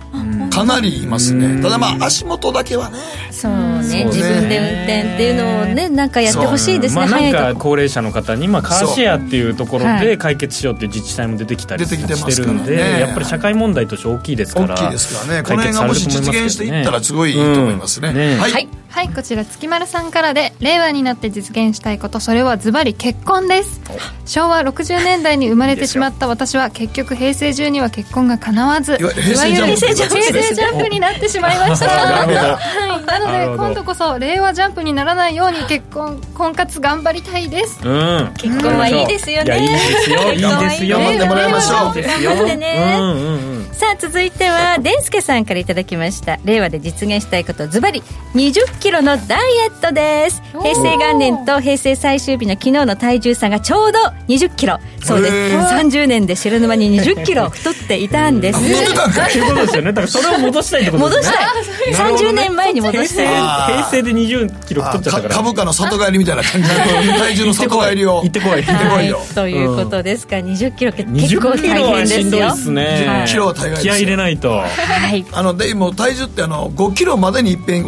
Speaker 2: かなり言いますねただまあ足元だけはね
Speaker 3: そうね
Speaker 2: そうね
Speaker 3: 自分で運転っていうのをねなんかやってほしいですね、
Speaker 4: まあ、なん
Speaker 3: 早い
Speaker 4: か
Speaker 3: とこ
Speaker 4: 高齢者の方に、まあ、カーシェアっていうところ
Speaker 3: は
Speaker 4: で
Speaker 3: い
Speaker 4: 解決しようっていう自治体も出てきたり
Speaker 2: 出てきてますからね
Speaker 4: してるんで、やっぱり社会問題として大きいですから
Speaker 2: 大きいですからねこの
Speaker 4: 解
Speaker 2: 辺
Speaker 4: 決
Speaker 2: が
Speaker 4: され
Speaker 2: も
Speaker 4: る
Speaker 2: し
Speaker 4: と
Speaker 2: 実現し
Speaker 4: 思いますけどね
Speaker 2: ていったらすごいいいと思いますね,、
Speaker 4: うんね
Speaker 2: はい、
Speaker 3: はい
Speaker 1: はいこちら月丸さんからで令和になって実現したいことそれはズバリ結婚です昭和60年代に生まれてしまった私は結局平成中には結婚が叶わず
Speaker 2: いわゆる平成ジャンプ
Speaker 1: いわゆる平成ジャンプ
Speaker 2: 平
Speaker 1: 平
Speaker 2: 成
Speaker 1: 成ジャンプになってしまいましたはいな
Speaker 4: なる
Speaker 1: の
Speaker 4: ほ
Speaker 1: で
Speaker 4: ど
Speaker 1: 今度こそ令和ジャンプにならないように結婚婚活頑張りたいです
Speaker 4: うん
Speaker 3: 結婚はいいですよ
Speaker 4: いや
Speaker 3: ね
Speaker 4: いいですよいいですよ
Speaker 2: 頑張ってもらいましょう
Speaker 4: いいですよ
Speaker 3: 頑張ってね
Speaker 4: うんうんうん
Speaker 3: さあ続いてはデンスケさんからいただきました令和で実現したいことズバリ2 0キロのダイエットです
Speaker 1: おー
Speaker 3: 平成元年と平成最終日の昨日の体重差がちょうど2 0キロそうです
Speaker 2: へー
Speaker 3: 30年で知らぬ間に2 0キロ太っていたんです
Speaker 2: 戻ってたんか
Speaker 4: っていうことですよねだからそれを戻したいってこと
Speaker 3: 戻
Speaker 4: で
Speaker 3: し
Speaker 4: すね
Speaker 3: たい30年前に戻
Speaker 4: 平
Speaker 3: した
Speaker 4: 成
Speaker 3: い
Speaker 2: あー
Speaker 4: 平成で2 0キロ太
Speaker 2: あ
Speaker 4: っちゃっ
Speaker 2: か
Speaker 4: たから
Speaker 2: 株価の里帰りみたいな感 じで体重の里帰りを
Speaker 4: 行ってこい行ってこ
Speaker 2: ご
Speaker 4: い
Speaker 2: いよ
Speaker 3: はい、ということですか、20キロって
Speaker 4: 2
Speaker 3: 結構
Speaker 4: 0キ
Speaker 3: 大
Speaker 4: ロは
Speaker 3: 変
Speaker 4: し
Speaker 3: で
Speaker 4: ん
Speaker 3: す
Speaker 4: どい
Speaker 3: よ
Speaker 4: っすね
Speaker 2: 20キロは大概です
Speaker 4: 気
Speaker 2: よ
Speaker 4: 合い入れないと
Speaker 3: はい
Speaker 2: あのでもう体重ってあの5キロまでにいっぺん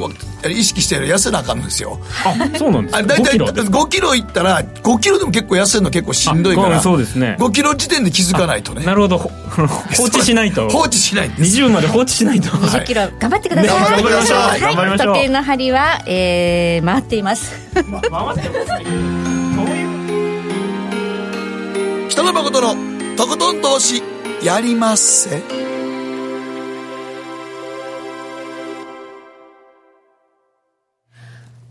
Speaker 2: 意識して痩せなあかんんですよ
Speaker 4: あそうなんです
Speaker 2: あ
Speaker 4: か
Speaker 2: れ大
Speaker 4: 5
Speaker 2: 体
Speaker 4: キロです
Speaker 2: 5キロいったら5キロでも結構痩せるの結構しんどいか
Speaker 4: あごめ
Speaker 2: ら
Speaker 4: んそうですね
Speaker 2: 5キロ時点で気づかないとね
Speaker 4: なる ほどほ 放置しないと
Speaker 2: 放置しないんです
Speaker 4: 20まで放置しないと
Speaker 2: はい
Speaker 3: 20キロ頑張ってください、
Speaker 2: ね頑張りましょう
Speaker 3: はい
Speaker 4: 頑張りましょう
Speaker 3: 時計の針は、えー、回っています
Speaker 2: 北野誠のとことん投資やりまっせ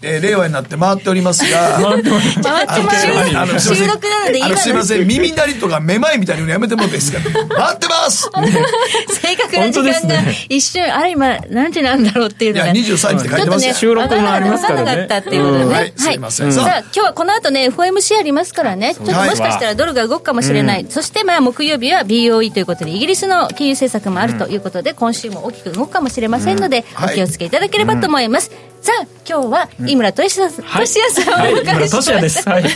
Speaker 2: えー令和になって回っておりますが
Speaker 3: 回ってます
Speaker 2: あのすいません
Speaker 3: 収録なのでいい
Speaker 2: あのすいません耳鳴りとかめまいみたいなのやめてもらっていいです か回ってます
Speaker 3: 正確な時
Speaker 4: 本当です
Speaker 3: 間が
Speaker 4: ね
Speaker 3: 一瞬、あれ今何時なんだろうっていう
Speaker 2: い
Speaker 3: の
Speaker 2: や
Speaker 3: がね。
Speaker 2: 23日って書いてますよ
Speaker 4: 収録もありますからね
Speaker 3: わなかったっていうことで
Speaker 2: うん
Speaker 3: ね。
Speaker 2: はいすいませんさ
Speaker 3: さ
Speaker 2: あ
Speaker 3: あ、今日はこの後ね、FOMC ありますからね、ちょっとも
Speaker 2: はい
Speaker 3: しかしたらドルが動くかもしれない。そしてまあ、木曜日は BOE ということで、イギリスの金融政策もあるということで、今週も大きく動くかもしれませんので、
Speaker 2: うん
Speaker 3: お気をつけいただければと思います。さあ今日は井村俊也さん、俊也さんをお
Speaker 4: はい、
Speaker 3: 迎え
Speaker 4: 村
Speaker 3: しま
Speaker 4: 俊也で
Speaker 3: し
Speaker 4: す。
Speaker 3: た、
Speaker 4: はい。はい。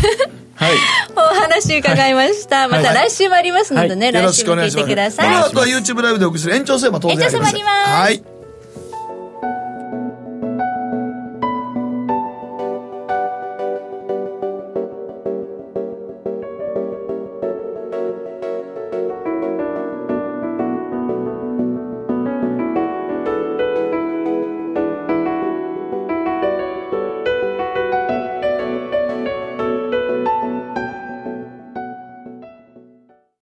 Speaker 3: お話伺いまし
Speaker 2: は
Speaker 3: た、
Speaker 2: い
Speaker 3: また来週もありますのでね、
Speaker 2: よろ
Speaker 3: 来
Speaker 2: し
Speaker 3: 週
Speaker 2: く
Speaker 3: も
Speaker 2: お願
Speaker 3: 聞
Speaker 2: い
Speaker 3: い
Speaker 2: してます。
Speaker 3: ください
Speaker 2: この後は YouTube ライブでお送りする延長戦も当然あります。
Speaker 3: 延長戦もあります
Speaker 2: はい。